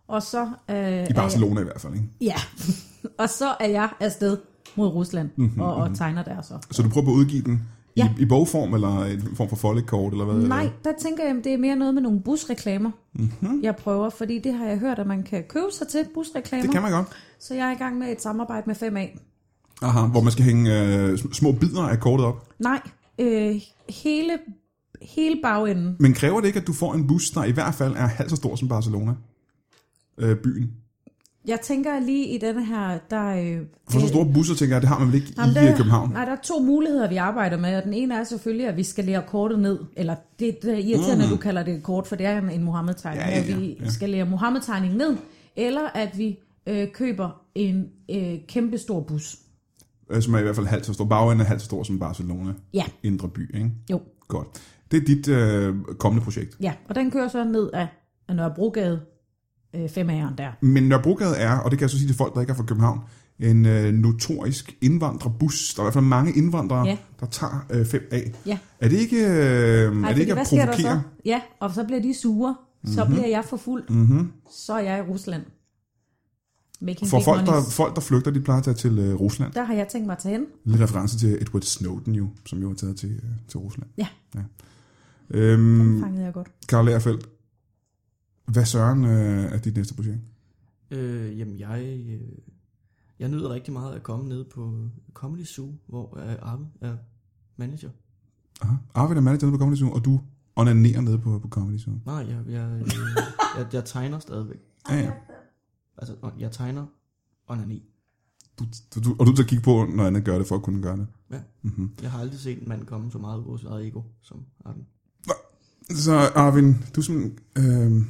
Og så, i øh, er jeg, Barcelona i hvert fald, ikke? ja. og så er jeg afsted mod Rusland mm-hmm, og, og tegner der så. Mhm, Så du prøver på at udgive den i, ja. Ja. i bogform, eller en form for foldekort, eller hvad? Nej, der tænker jeg, at det er mere noget med nogle busreklamer, Mhm. mm-hmm. jeg prøver. Fordi det har jeg hørt, at man kan købe sig til, busreklamer. Det kan man godt. Så jeg er i gang med et samarbejde med 5A. Aha, hvor man skal hænge øh, sm- små bidder af kortet op. Nej, øh, hele, hele bagenden. Men kræver det ikke, at du får en bus, der i hvert fald er halvt så stor som Barcelona? Øh, byen. Jeg tænker lige i denne her, der... Øh, For så store busser, tænker jeg, det har man vel ikke Jamen, i øh, København. Nej, der er to muligheder, vi arbejder med, og den ene er selvfølgelig, at vi skal lære kortet ned, eller det, det er irriterende, mm. du kalder det et kort, for det er en, en Mohammed-tegning, Ja, ja, ja, at vi ja. skal lære Mohammed-tegningen ned, eller at vi øh, køber en øh, kæmpe stor bus. Øh, Som er i hvert fald halvt så stor. Bagenden er halvt så stor som Barcelona. Ja, Indre by, ikke? jo, Godt. Det er dit øh, kommende projekt. ja, og den kører så ned af, af Nørrebrogade, øh, femageren der. Men Nørrebrogade er, og det kan jeg så sige til folk, der ikke er fra København, en øh, notorisk indvandrerbus. Der er i hvert fald mange indvandrere, Ja. der tager øh, 5A. Ja. Er det ikke, øh, er det fordi ikke hvad at sker der så? provokere? Mhm. Ja, og så bliver de sure, så mm-hmm. bliver jeg forfulgt, Mm-hmm. så er jeg i Rusland. Making For big folk der, monies. folk, der flygter, de plejer at tage til øh, Rusland. Der har jeg tænkt mig at tage hen. Lidt reference til Edward Snowden jo, som jo er taget til, øh, til Rusland. Ja. ja. Den Øhm, fangede jeg godt. Karl Lagerfeldt, hvad søren øh, er dit næste projekt? Øh, jamen, jeg, øh, jeg nyder rigtig meget at komme ned på Comedy Zoo, hvor øh, Arve er manager. Aha. Arvid er manager nede på Comedy Zoo, og du onanerer nede på, på Comedy Zoo. Nej, jeg, jeg, øh, jeg, jeg tegner stadigvæk. Ja, ja. Altså, og jeg tegner onani. Du, du, du, og du tager kigge på, når andet gør det, for at kunne gøre det. Ja. Mm-hmm. Jeg har aldrig set en mand komme så meget ud over sit eget ego som Arve. Så Arvin, du er sådan, øh,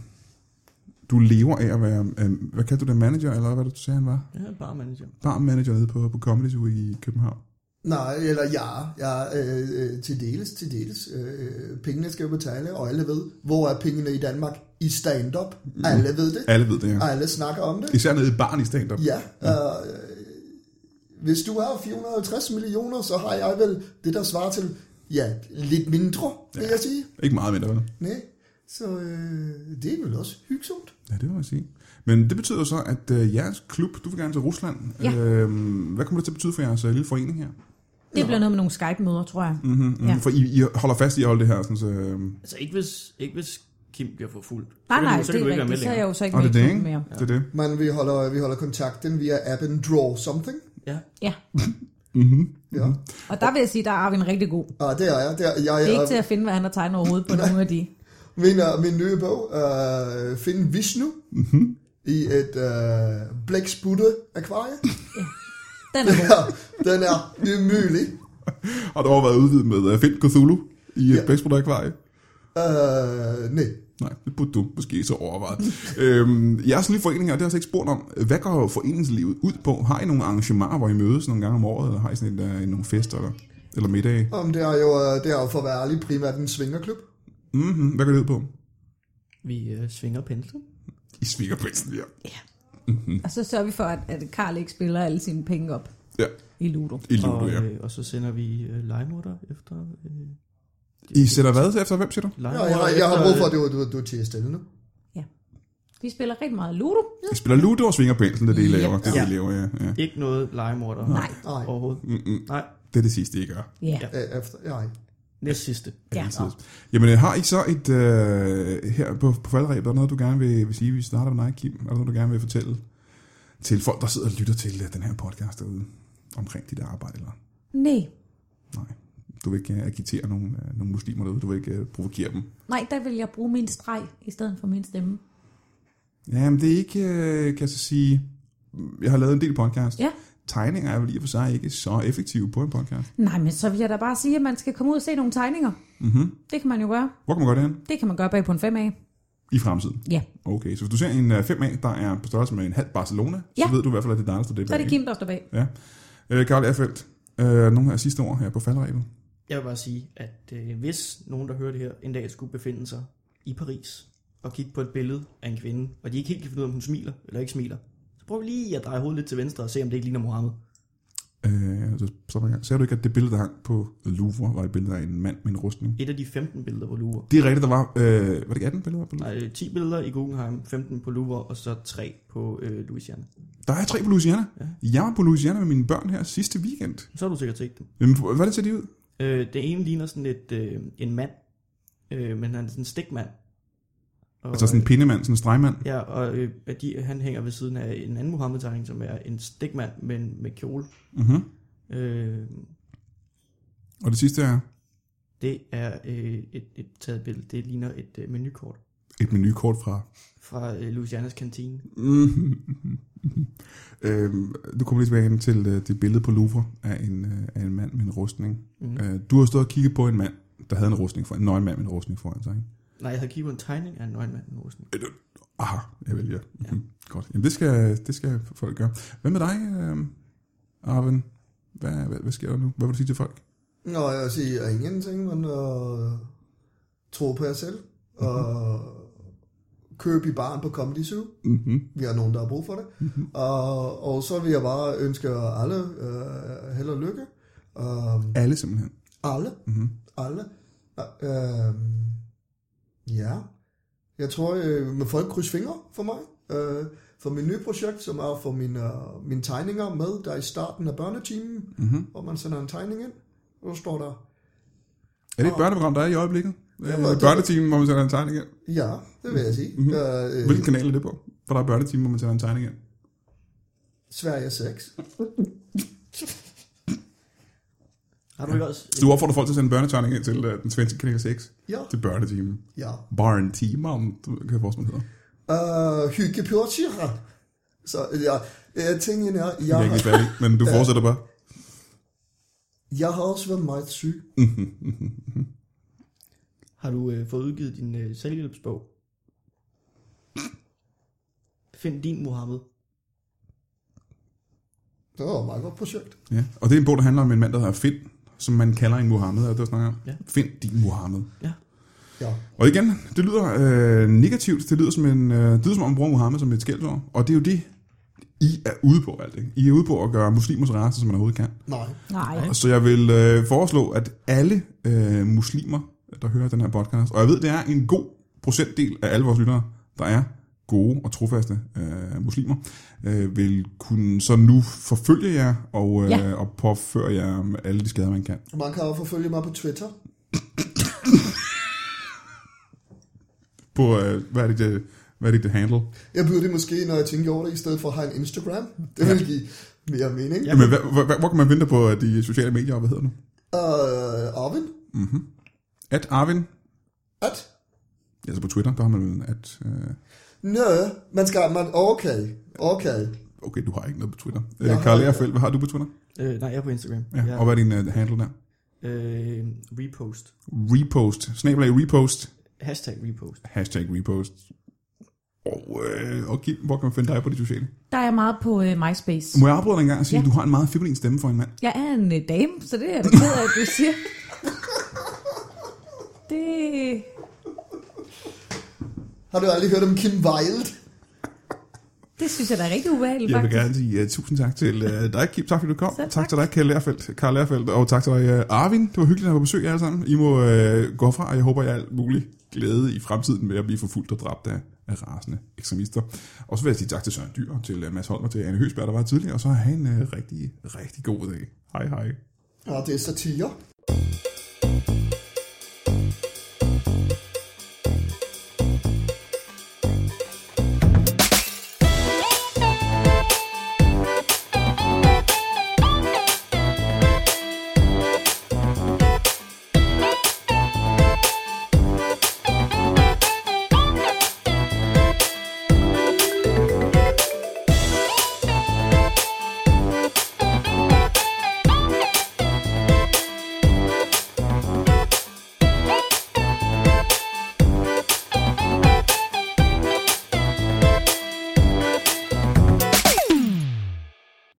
du lever af at være, øh, hvad kaldte du det, manager, eller hvad du sagde, han var? Jeg er bare manager. Bar manager nede på, på Comedy Zoo i København. Nej, eller ja, ja øh, øh, til deles, til deles. Øh, pengene skal jo betale, og alle ved, hvor er pengene i Danmark i stand-up. Alle ved det, Alle ved det, ja. og alle snakker om det. Især nede i barn i stand Ja, øh, hvis du har 450 millioner, så har jeg vel det, der svarer til, ja, lidt mindre, vil jeg sige. Ikke meget mindre, vel? Nej, så øh, det er vel også hyggesomt. Ja, det må jeg sige. Men det betyder så, at øh, jeres klub, du vil gerne til Rusland. Ja. Øh, hvad kommer det til at betyde for jeres øh, lille forening her? Det bliver noget med nogle Skype-møder, tror jeg. Mm-hmm, mm-hmm. Ja. For I, I holder fast i at holde det her, sådan så... Øh, Altså, ikke hvis, ikke hvis Kim bliver for fuld. Nej, nej, så det kan du er ikke være med rigtigt. Så er jeg længere. jo så ikke og det med er det, i ikke? klubben mere. Ja. Det er det. Men vi holder, vi holder kontakten via appen Draw Something. Ja. Ja, Mm-hmm. Ja. og der vil jeg sige, der er Arvin rigtig god. Og det er jeg. Det er, jeg, Det er ikke jeg, til at finde, hvad han har tegnet overhovedet på nogle af de. Min, uh, min nye bog, uh, Find Vishnu, mm-hmm. i et uh, blæksputtet akvarie. Den er god. Ja, den er umulig. Har du overvejet udvidet med øh, Finn Cthulhu i øh, et ja. Ja. blæksprutakvarie? Uh, nej. Nej, det burde du måske så overveje. øhm, jeres lille forening her, det har jeg altså ikke spurgt om. Hvad går foreningslivet ud på? Har I nogle arrangementer, hvor I mødes nogle gange om året? Eller har I sådan et, øh, nogle fester eller, eller middage? Om det er jo, øh, det er jo for at være ærlig primært en svingerklub. Mm-hmm. Mhm. Hvad går det ud på? Vi øh, svinger penslen. I svinger prinsen, ja. Mm-hmm. Og så sørger vi for, at, at Karl ikke spiller alle sine penge op Ja, i Ludo. i Ludo, Og, ja. øh, og så sender vi øh, legemorder efter... Øh, I sætter hvad efter? Hvem siger du? Ja, legemorder jeg, jeg, jeg har efter, brug for, øh, at du, du, du tiger stille nu. Vi spiller rigtig meget Ludo. I spiller Ludo og svinger penslen, det er det, I Ja. laver. Det er det, I Ja. laver, ja. ja. øh, Ikke noget legemorder Nej. Nej, overhovedet. Mm-mm. Nej, Det er det sidste, I gør. Ja. Ja. øh, efter, nej. næst sidste. ja. Jamen, øh, har I så et, øh, her på, på faldrebet, er der noget, du gerne vil, vil sige, vi starter med dig, Kim? Er der noget, du gerne vil fortælle til folk, der sidder og lytter til øh, den her podcast derude, omkring dit arbejde? Eller? Nej. Nej, du vil ikke øh, agitere nogle, øh, nogle muslimer derude, du vil ikke øh, provokere dem. Nej, der vil jeg bruge min streg i stedet for min stemme. Jamen, det er ikke, øh, kan jeg så sige, mm, jeg har lavet en del podcast. Ja. Tegninger er vel i og for sig ikke så effektive på en podcast. Nej, men så vil jeg da bare sige, at man skal komme ud og se nogle tegninger. Mm-hmm. Det kan man jo gøre. Hvor kan man gøre det hen? Det kan man gøre bag på en 5 af. I fremtiden. Ja. Okay, så hvis du ser en øh, 5A, der er på størrelse med en halv Barcelona, Ja. så ved du i hvert fald, at det er dig, der står det Så er det bag, Kim, der står bag. Øh, Karl Erfeldt, øh, nogle af sidste år her på faldrebet. Jeg vil bare sige, at øh, hvis nogen, der hører det her, en dag skulle befinde sig i Paris og kigge på et billede af en kvinde, og de ikke helt kan finde ud af, om hun smiler eller ikke smiler, så prøv lige at dreje hovedet lidt til venstre og se, om det ikke ligner Mohammed. Øh, så stopper jeg i gang. Ser du ikke, at det billede, der hang på Louvre, var et billede af en mand med en rustning? Et af de 15 billeder på Louvre. Det er rigtigt, der var... Øh, var det ikke 18 billeder på Louvre? Nej, øh, 10 billeder i Guggenheim, 15 på Louvre, og så 3 på øh, Louisiana. Der er tre på Louisiana. Ja. Jeg var på Louisiana med mine børn her sidste weekend. Så har du sikkert set dem. Jamen, hvordan ser de ud? Øh, det ene ligner sådan lidt øh, en mand, øh, men han er sådan en stikmand. Og, Altså sådan en pindemand, sådan en stregmand. Ja, og øh, at de, han hænger ved siden af en anden Mohammed-tegning, som er en stikmand, men med kjole. Mm-hmm. Øh, Og det sidste er... det er øh, et, et taget billede. Det ligner et øh, menukort. Et menukort fra... fra øh, Louisianas kantine. Øh, du kommer lige tilbage til øh, det billede på Louvre af en, øh, af en mand med en rustning. Mhm. Mm. Øh, du har stået og kigget på en mand, der havde en rustning for en nøgen mand med en rustning foran sig. Ikke? Nej, jeg havde kigget på en tegning af en nøgenmand i Norsen. Aha, jeg vælger. Ja. Mhm, Godt. Jamen, det skal, det skal folk gøre. Hvad med dig, øh, Arven? Hvad, hvad, hvad sker der nu? Hvad vil du sige til folk? Nå, jeg vil sige, at ingenting, men at tro på jer selv, og købe i baren på Comedy Zoo. Mm-hmm. Vi har nogen, der har brug for det. Og, og så vil jeg bare ønske jer alle øh, held og lykke. Og Alle simpelthen. alle, Mm-hmm. alle. Og, Øh, ja, jeg tror, øh, man får ikke krydse fingre for mig. Øh, for mit nye projekt, som er for mine, øh, mine tegninger med, der er i starten af børnetimen, Mm-hmm. hvor man sender en tegning ind, og så står der Er det et børneprogram, der er i øjeblikket? Ja, hvor- øh, børnetimen, hvor man sender en tegning ind. Ja, det vil jeg sige. Mhm. Mm-hmm. Øh, Hvilken kanal er det på? For der er børnetimen, hvor man sender en tegning ind. Sverige 6. Har du ikke også? Du opfordrer folk til at sende børnetegning ind til øh, den svenske kanal 6. Ja, Til børnetimen. ja. Barnetimen, kan jeg forestille mig, det hedder. Øh, hygge pjortjera. Så ja, øh, tingen er, Jeg jeg er ikke har, lige færdig, men du fortsætter bare. jeg har også været meget syg. Har du øh, fået udgivet din øh, selvhjælpsbog? Find din Mohammed. Det var et meget godt projekt. Ja. Og det er en bog, der handler om en mand, der hedder Finn, som man kalder en Muhammed, er det, du snakker om? Ja. Find din Muhammed. Ja, Og igen, det lyder øh, negativt, det lyder, som en, øh, det lyder som om, man bruger Muhammed som et skældsord, og det er jo det, I er ude på alt det. I er ude på at gøre muslimer så racer, som man overhovedet kan. nej. Nej. Så jeg vil øh, foreslå, at alle øh, muslimer, der hører den her podcast, og jeg ved, det er en god procentdel af alle vores lyttere, der er gode og trofaste øh, muslimer, øh, vil kunne så nu forfølge jer og, øh, ja. Ja. og påføre jer med alle de skader, man kan. Man kan jo forfølge mig på Twitter. På, øh, hvad er det, det, hvad er det, det handle? Jeg byder det måske, når jeg tænker over det, i stedet for at have en Instagram. Det vil give mere mening. Jamen, hvad, hvad, hvor kan man vente på øh, de sociale medier, og hvad hedder du? Øh, Arvin, At Arvin, at? altså på Twitter, der har man vel at... Øh, Nå, man skal, man, okay, okay. okay, du har ikke noget på Twitter. Jeg Øh, har- Karl Lagerfeldt, hvad har du på Twitter? Øh, nej, jeg er på Instagram. Ja. ja. Og Jeg, hvad er din øh, handle der? øh, repost. Repost. Snablag repost. Hashtag repost. Hashtag repost. Og, øh, og Kim, hvor kan man finde dig på de sociale? Der er jeg meget på øh, MySpace. Må jeg afbryde dig en gang og sige, ja. Ja. at du har en meget feminin stemme for en mand? Jeg er en øh, dame, så det er jeg da ked af, at du siger. Det... Har du aldrig hørt om Kim Wilde? Det synes jeg da er rigtig ubehageligt, Jeg vil faktisk. gerne sige uh, tusind tak til uh, dig, Kim. Tak fordi du kom. Tak. Selv tak tak. til dig, Karl Lærfeldt, Karl Lærfeldt og tak til dig, uh, Arvin. Det var hyggeligt at have på besøg jer alle sammen. I må uh, gå fra, og jeg håber, jeg har alt muligt glæde i fremtiden med at blive forfulgt og dræbt af, af rasende ekstremister. Og så vil jeg sige tak til Søren Dyr, til uh, Mads Holm og til Anne Høsberg, der var her tidligere. Og så have en uh, rigtig, rigtig god dag. Hej hej. Ja, det er satire.